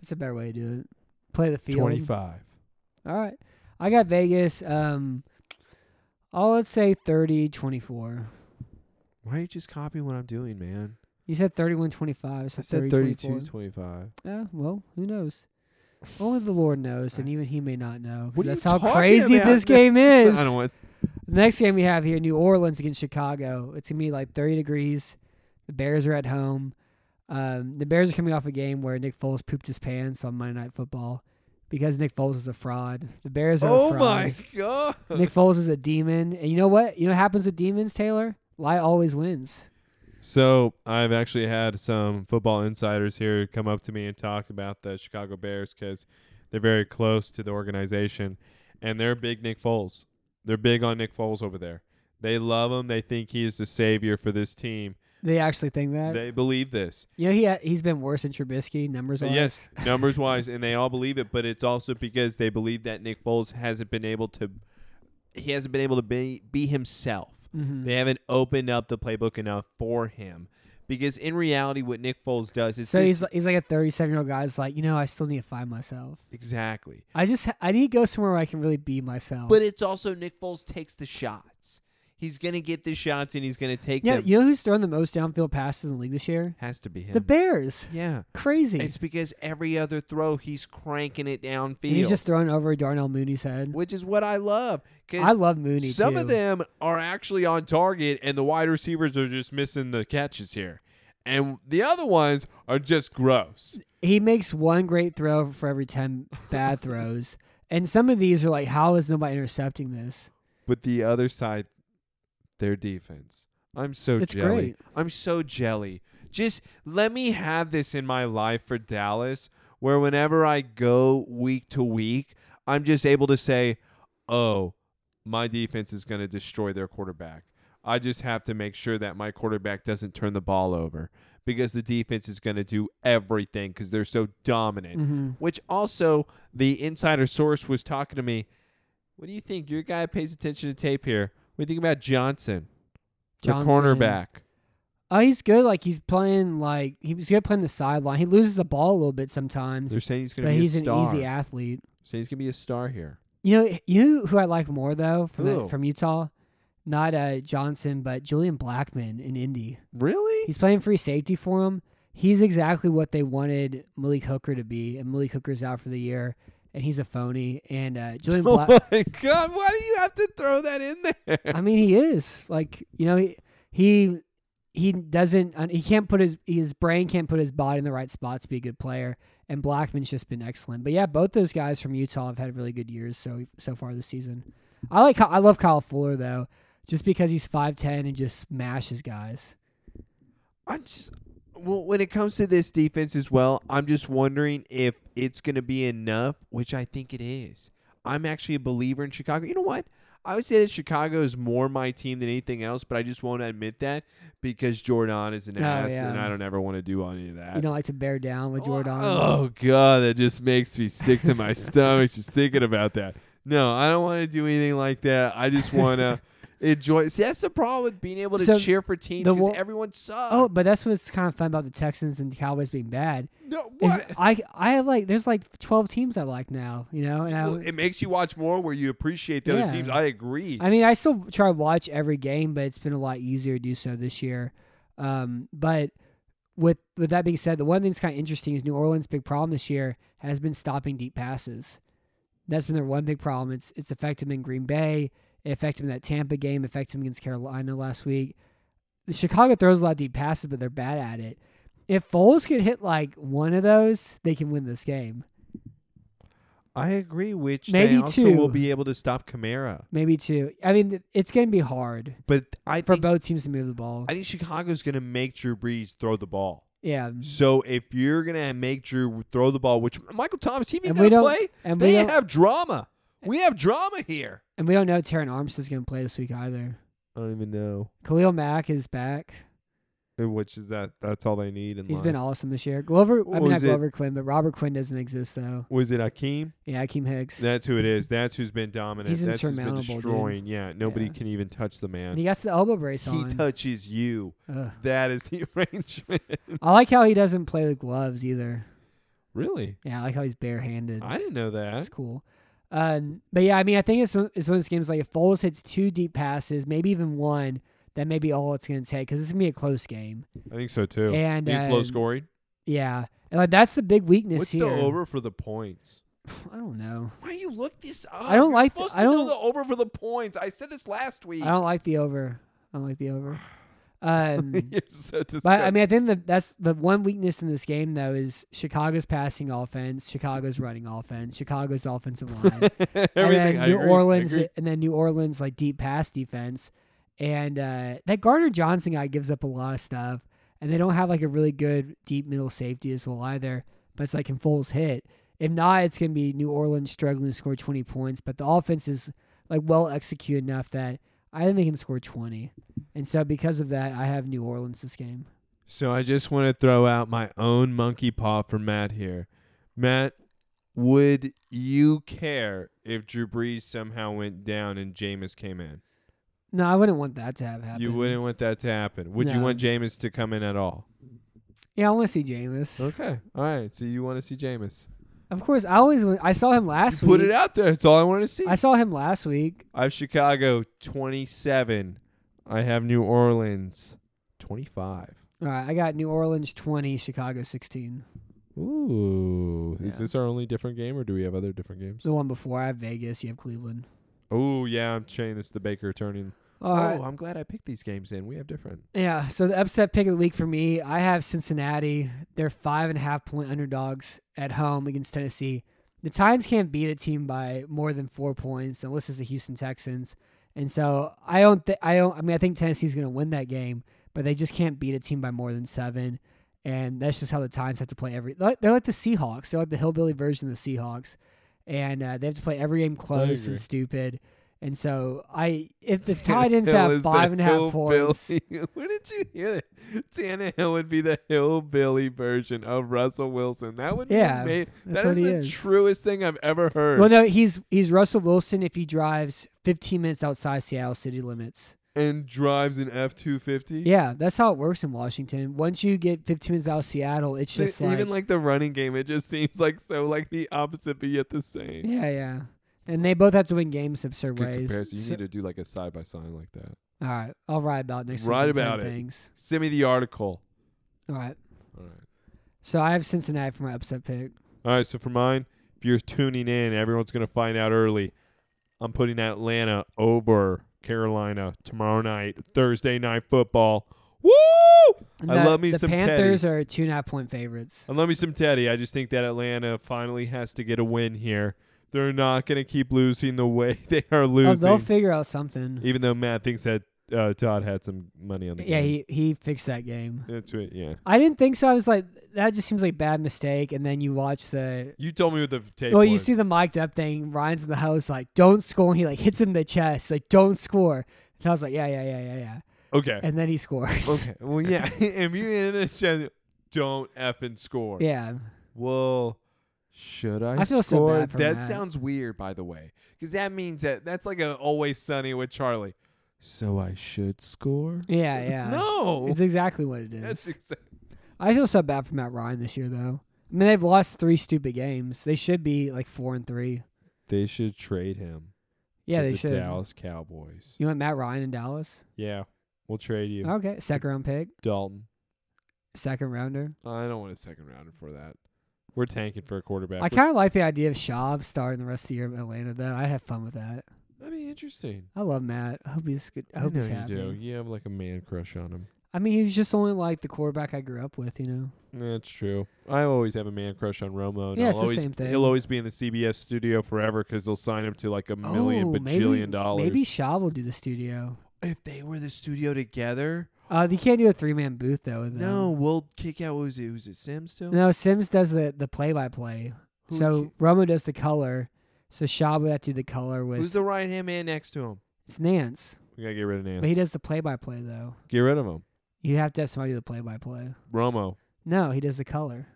S2: That's a better way to do it. Play the field.
S3: 25.
S2: All right. I got Vegas. Um, oh, let's say 30 24.
S3: Why are you just copying what I'm doing, man?
S2: You said 31 25.
S3: I said 32, 25.
S2: Yeah, well, who knows? Only the Lord knows, and even He may not know. 'cause
S3: What are
S2: that's
S3: you
S2: how
S3: talking
S2: crazy
S3: about?
S2: this game is.
S3: I don't want.
S2: The next game we have here, New Orleans against Chicago. It's gonna be like 30 degrees. The Bears are at home. Um, the Bears are coming off a game where Nick Foles pooped his pants on Monday Night Football. because Nick Foles is a fraud. The Bears are. a
S3: Oh
S2: fraud.
S3: my god.
S2: Nick Foles is a demon, and you know what? You know what happens with demons, Taylor? Lie always wins.
S3: So I've actually had some football insiders here come up to me and talk about the Chicago Bears because they're very close to the organization, and they're big Nick Foles. They're big on Nick Foles over there. They love him. They think he is the savior for this team.
S2: They actually think that.
S3: They believe this.
S2: you know he ha- he's been worse than Trubisky numbers wise.
S3: Yes, numbers wise, and they all believe it. But it's also because they believe that Nick Foles hasn't been able to, he hasn't been able to be be himself.
S2: Mm-hmm.
S3: They haven't opened up the playbook enough for him, because in reality, what Nick Foles does is
S2: So
S3: this-
S2: he's he's like a 37 year old guy. It's like you know I still need to find myself.
S3: exactly.
S2: I just I need to go somewhere where I can really be myself.
S3: But it's also Nick Foles takes the shots. He's gonna get the shots, and he's gonna take
S2: yeah,
S3: them.
S2: you know who's throwing the most downfield passes in the league this year?
S3: Has to be him.
S2: The Bears.
S3: yeah.
S2: Crazy.
S3: It's because every other throw he's cranking it downfield,
S2: And he's just throwing over Darnell Mooney's head.
S3: which is what I love. 'cause
S2: I love Mooney.
S3: Some of
S2: too.
S3: them are actually on target, and the wide receivers are just missing the catches here. And the other ones are just gross.
S2: He makes one great throw for every ten bad throws, and some of these are like, how is nobody intercepting this?
S3: But the other side, their defense. I'm so
S2: It's
S3: jelly.
S2: great.
S3: I'm so jelly. Just let me have this in my life for Dallas, where whenever I go week to week, I'm just able to say, oh, my defense is going to destroy their quarterback. I just have to make sure that my quarterback doesn't turn the ball over because the defense is going to do everything because they're so dominant.
S2: Mm-hmm.
S3: Which also, the insider source was talking to me. What do you think? Your guy pays attention to tape here. What do you think about Johnson,
S2: Johnson.
S3: the cornerback?
S2: Oh, he's good. Like he's playing like he was good playing the sideline. He loses the ball a little bit sometimes,
S3: They're saying he's going
S2: but
S3: to be
S2: he's
S3: a
S2: an
S3: star.
S2: easy athlete.
S3: saying he's going to be a star here.
S2: You know, you know who I like more though from that-
S3: Who?
S2: from Utah, not uh, Johnson, but Julian Blackman in Indy.
S3: Really?
S2: He's playing free safety for him. He's exactly what they wanted Malik Hooker to be, and Malik Hooker's out for the year, and he's a phony. And uh, Julian
S3: oh
S2: Black,
S3: my God! Why do you have to throw that in there?
S2: I mean, he is like you know he he he doesn't un- he can't put his his brain can't put his body in the right spot to be a good player. And Blackman's just been excellent. But yeah, both those guys from Utah have had really good years so so far this season. I like Ky- I love Kyle Fuller though, just because he's five ten and just smashes guys.
S3: I'm just well when it comes to this defense as well. I'm just wondering if it's going to be enough, which I think it is. I'm actually a believer in Chicago. You know what? I would say that Chicago is more my team than anything else, but I just won't admit that because Jordan is an
S2: Oh,
S3: ass,
S2: yeah.
S3: and I don't ever want to do any of that.
S2: You don't like to bear down with Jordan.
S3: Oh god, that just makes me sick to my stomach just thinking about that. No, I don't want to do anything like that. I just want to enjoy. See, that's the problem with being able to
S2: So,
S3: cheer for teams
S2: the
S3: because
S2: wo-
S3: everyone sucks.
S2: Oh, but that's what's kind of fun about the Texans and Cowboys being bad.
S3: no,
S2: Is
S3: what?
S2: I I have like there's like twelve teams I like now, you know, and
S3: Well,
S2: I,
S3: it makes you watch more where you appreciate the
S2: Yeah.
S3: other teams. I agree.
S2: I mean I still try to watch every game, but it's been a lot easier to do so this year. Um, but with with that being said, the one thing that's kind of interesting is New Orleans' big problem this year has been stopping deep passes. That's been their one big problem. It's it's affected them in Green Bay. It affected them in that Tampa game. It affected them against Carolina last week. The Chicago throws a lot of deep passes, but they're bad at it. If Foles could hit like one of those, they can win this game.
S3: I agree. Which
S2: Maybe
S3: they also
S2: two.
S3: will be able to stop Kamara,
S2: Maybe two. I mean, it's going to be hard
S3: but I
S2: for
S3: think
S2: both teams to move the ball.
S3: I think Chicago's going to make Drew Brees throw the ball.
S2: yeah.
S3: So if you're gonna make Drew throw the ball, which Michael Thomas, he even
S2: And we
S3: gonna
S2: don't-
S3: play.
S2: and we
S3: they
S2: don't-
S3: have drama. We have drama here.
S2: And we don't know Taron Armstead's going to play this week either.
S3: I don't even know.
S2: Khalil Mack is back.
S3: Which is that? That's all they need. And
S2: He's been awesome this year. Glover, I
S3: What
S2: mean, not
S3: was it?
S2: Glover Quinn, but Robert Quinn doesn't exist, though.
S3: was it Akeem?
S2: Yeah, Akeem Hicks.
S3: That's who it is. That's who's been dominant.
S2: He's
S3: That's who's been
S2: insurmountable, dude.
S3: destroying. Yeah, nobody
S2: Yeah.
S3: can even touch the
S2: and
S3: man.
S2: he got the elbow brace
S3: He
S2: on.
S3: touches you.
S2: Ugh.
S3: That is the arrangement.
S2: I like how he doesn't play with gloves either.
S3: really?
S2: Yeah, I like how he's barehanded.
S3: I didn't know
S2: That's
S3: that.
S2: cool. Um, but yeah, I mean, I think it's one, it's one of those games like if Foles hits two deep passes, maybe even one, that may be all it's going to take because it's going to be a close game.
S3: I think so too.
S2: And,
S3: He's
S2: uh,
S3: low scoring.
S2: Yeah, and like that's the big weakness
S3: What's
S2: here.
S3: the over for the points?
S2: I don't know.
S3: Why you look this up?
S2: I don't
S3: You're
S2: like th-
S3: Supposed
S2: I
S3: to
S2: don't-
S3: know the over for the points. I said this last week.
S2: I don't like the over. I don't like the over. Um,
S3: You're so disgusting.
S2: But I mean, I think the, that's the one weakness in this game, though, is Chicago's passing offense, Chicago's running offense, Chicago's offensive line, and
S3: Everything.
S2: then
S3: I
S2: New
S3: agree, I
S2: Orleans,
S3: agree.
S2: and then New Orleans like deep pass defense, and uh, that Garner Johnson guy gives up a lot of stuff, and they don't have like a really good deep middle safety as well either. But it's like in Foles hit. If not, it's gonna be New Orleans struggling to score twenty points. But the offense is like well executed enough that I think they can score twenty. And so because of that, I have New Orleans this game.
S3: So I just want to throw out my own monkey paw for Matt here. Matt, would you care if Drew Brees somehow went down and Jameis came in?
S2: No, I wouldn't want that to have happen.
S3: You wouldn't want that to happen. Would you
S2: No.
S3: want Jameis to come in at all?
S2: Yeah, I want to see Jameis.
S3: Okay. All right. So you want to see Jameis?
S2: Of course, I always. wa- I saw him last
S3: Put
S2: week.
S3: it out there. That's all I wanted to see.
S2: I saw him last week.
S3: I have Chicago 27. I have New Orleans 25.
S2: All right, I got New Orleans twenty, Chicago sixteen.
S3: Ooh. Is
S2: Yeah.
S3: this our only different game or do we have other different games?
S2: The one before I have Vegas. You have Cleveland.
S3: Oh, yeah. I'm saying this is the Baker turning.
S2: All right.
S3: Oh, I'm glad I picked these games in. We have different.
S2: Yeah. So the upset pick of the week for me, I have Cincinnati. They're five and a half point underdogs at home against Tennessee. The Titans can't beat a team by more than four points unless it's the Houston Texans. And so I don't. Th- I don't. I mean, I think Tennessee's going to win that game, but they just can't beat a team by more than seven. And that's just how the Titans have to play every. They're like- they're like the Seahawks. They're like the hillbilly version of the Seahawks, and uh, they have to play every game close
S3: agree.
S2: and stupid. And so I, if the Titans have five and a half points,
S3: Where did you hear that? Tannehill would be the hillbilly version of Russell Wilson. That would be
S2: Yeah,
S3: ama-
S2: that's
S3: That is
S2: what he
S3: the
S2: is.
S3: truest thing I've ever heard.
S2: Well, no, he's he's Russell Wilson if he drives 15 minutes outside Seattle city limits.
S3: and drives an F two fifty.
S2: Yeah, that's how it works in Washington. Once you get 15 minutes out of Seattle, it's just like,
S3: even like the running game, it just seems like so like the opposite, but yet the same.
S2: yeah, yeah. And they both have to win games absurd ways. So-
S3: to do like a side by side like that.
S2: all right, I'll write about it next week.
S3: Write
S2: on 10
S3: about it.
S2: Things.
S3: Send me the article.
S2: All right.
S3: All right.
S2: So I have Cincinnati for my upset pick.
S3: All right, so for mine, if you're tuning in, everyone's going to find out early. I'm putting Atlanta over Carolina tomorrow night, Thursday night football. Woo!
S2: And
S3: I
S2: the-
S3: love me
S2: the
S3: some
S2: Panthers
S3: Teddy.
S2: are two and a half point favorites.
S3: I love me some Teddy. I just think that Atlanta finally has to get a win here. They're not going to keep losing the way they are
S2: Oh,
S3: losing.
S2: they'll figure out something.
S3: even though Matt thinks that uh, Todd had some money on the
S2: Yeah,
S3: game.
S2: he, he fixed that game.
S3: That's right. Yeah.
S2: I didn't think so. I was like, that just seems like a bad mistake. And then you watch the
S3: You told me with the tape.
S2: Well, you
S3: was.
S2: see the mic'd up thing. Ryan's in the house, like, don't score. And he like hits him in the chest, like, don't score. And I was like, yeah, yeah, yeah, yeah, yeah.
S3: Okay.
S2: And then he scores.
S3: okay. Well, yeah. if you in the chat, don't effing score.
S2: yeah.
S3: Well, should I,
S2: I feel so
S3: score?
S2: bad for
S3: that
S2: Matt.
S3: sounds weird, by the way, because that means that that's like a always sunny with Charlie. So I should score?
S2: Yeah, yeah.
S3: No,
S2: It's exactly what it
S3: that's
S2: is.
S3: exact.
S2: I feel so bad for Matt Ryan this year, though. I mean, they've lost three stupid games. They should be like four and three.
S3: They should trade him.
S2: Yeah,
S3: to
S2: they
S3: the
S2: should.
S3: Dallas Cowboys.
S2: You want Matt Ryan in Dallas?
S3: Yeah, we'll trade you,
S2: Okay. Second round pick,
S3: Dalton.
S2: second rounder.
S3: I don't want a second rounder for that. We're tanking for a quarterback.
S2: I kind of like the idea of Schaub starting the rest of the year in Atlanta, though. I'd have fun with that.
S3: That'd be interesting.
S2: I love Matt. I hope he's good. I hope
S3: know
S2: he's
S3: you
S2: happy.
S3: do. You have like a man crush on him.
S2: I mean, he was just only like the quarterback I grew up with, you know.
S3: That's true. I always have a man crush on Romo. And
S2: Yeah,
S3: I'll
S2: it's the
S3: always,
S2: same thing.
S3: He'll always be in the CBS studio forever because they'll sign him to like a million
S2: Oh,
S3: bajillion
S2: maybe,
S3: dollars.
S2: Maybe Shaw will do the studio.
S3: if they were the studio together,
S2: Uh, you can't do a three man booth though. with them.
S3: we'll kick out. Who's it? Who's it? Sim still?
S2: no. Sims does the the play by play.
S3: Who would
S2: So
S3: you-
S2: Romo does the color. So Shaw would have to do the color
S3: who's
S2: with
S3: the right hand man next to him?
S2: it's Nance,
S3: We gotta get rid of Nance.
S2: but he does the play by play though.
S3: Get rid of him,
S2: You have to have somebody do the play by play.
S3: Romo.
S2: No, he does the color.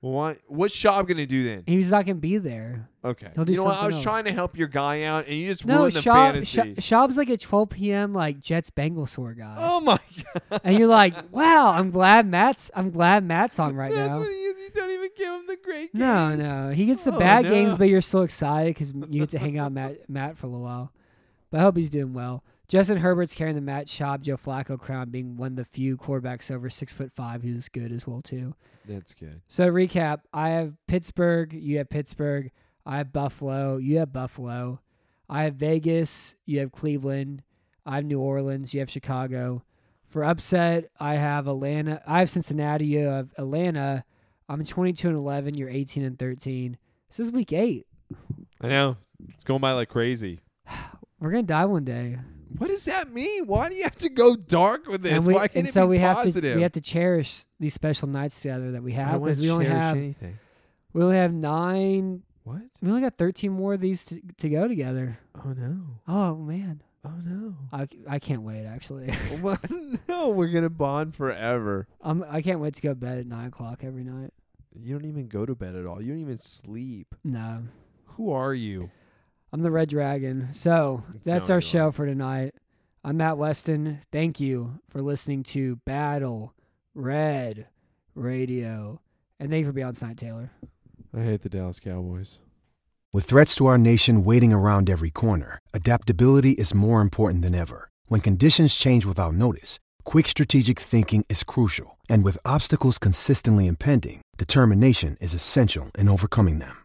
S3: Well, why, what's Shab gonna do then?
S2: He's not gonna be there.
S3: Okay,
S2: He'll do
S3: you know what? I
S2: something
S3: was
S2: else.
S3: trying to help your guy out, and you just
S2: No,
S3: ruined the
S2: Shaw, Shaw,
S3: fantasy.
S2: Shaw's like a 12 p.m. like Jets Bengals sort of guy,
S3: oh my god!
S2: and you're like, wow, I'm glad Matt's I'm glad Matt's on right
S3: That's
S2: now.
S3: what he is. You don't even give him the great.
S2: No,
S3: games.
S2: no, he gets the
S3: Oh,
S2: bad
S3: no.
S2: games, but you're still excited because you get to hang out with Matt Matt for a little while. But I hope he's doing well. Justin Herbert's carrying the Matt Schaub Joe Flacco crown, being one of the few quarterbacks over six foot five who's good as well too.
S3: That's good.
S2: So to recap: I have Pittsburgh, you have Pittsburgh, I have Buffalo, you have Buffalo, I have Vegas, you have Cleveland, I have New Orleans, you have Chicago. For upset, I have Atlanta. I have Cincinnati. You have Atlanta. I'm 22 and 11. You're 18 and 13. This is week eight.
S3: I know. It's going by like crazy.
S2: We're gonna die one day.
S3: What does that mean? Why do you have to go dark with this?
S2: and we,
S3: Why can't
S2: and
S3: it
S2: so
S3: be
S2: we have to
S3: positive?
S2: we have to cherish these special nights together that we
S3: I
S2: have
S3: don't wanna
S2: because we only
S3: cherish
S2: have
S3: anything.
S2: we only have nine.
S3: What?
S2: We only got 13 more of these to, to go together.
S3: Oh no.
S2: Oh man,
S3: Oh no.
S2: I, I can't wait. Actually,
S3: Well, no, we're gonna bond forever.
S2: I'm I can't wait to go to bed at nine o'clock every night.
S3: You don't even go to bed at all. You don't even sleep.
S2: No,
S3: Who are you?
S2: I'm the Red Dragon. So
S3: It's
S2: that's
S3: not
S2: our
S3: what you
S2: show for tonight. I'm Matt Weston. Thank you for listening to Battle Red Radio, and thank you for being on tonight, Taylor.
S3: I hate the Dallas Cowboys.
S4: With threats to our nation waiting around every corner, adaptability is more important than ever. When conditions change without notice, quick strategic thinking is crucial, and with obstacles consistently impending, determination is essential in overcoming them.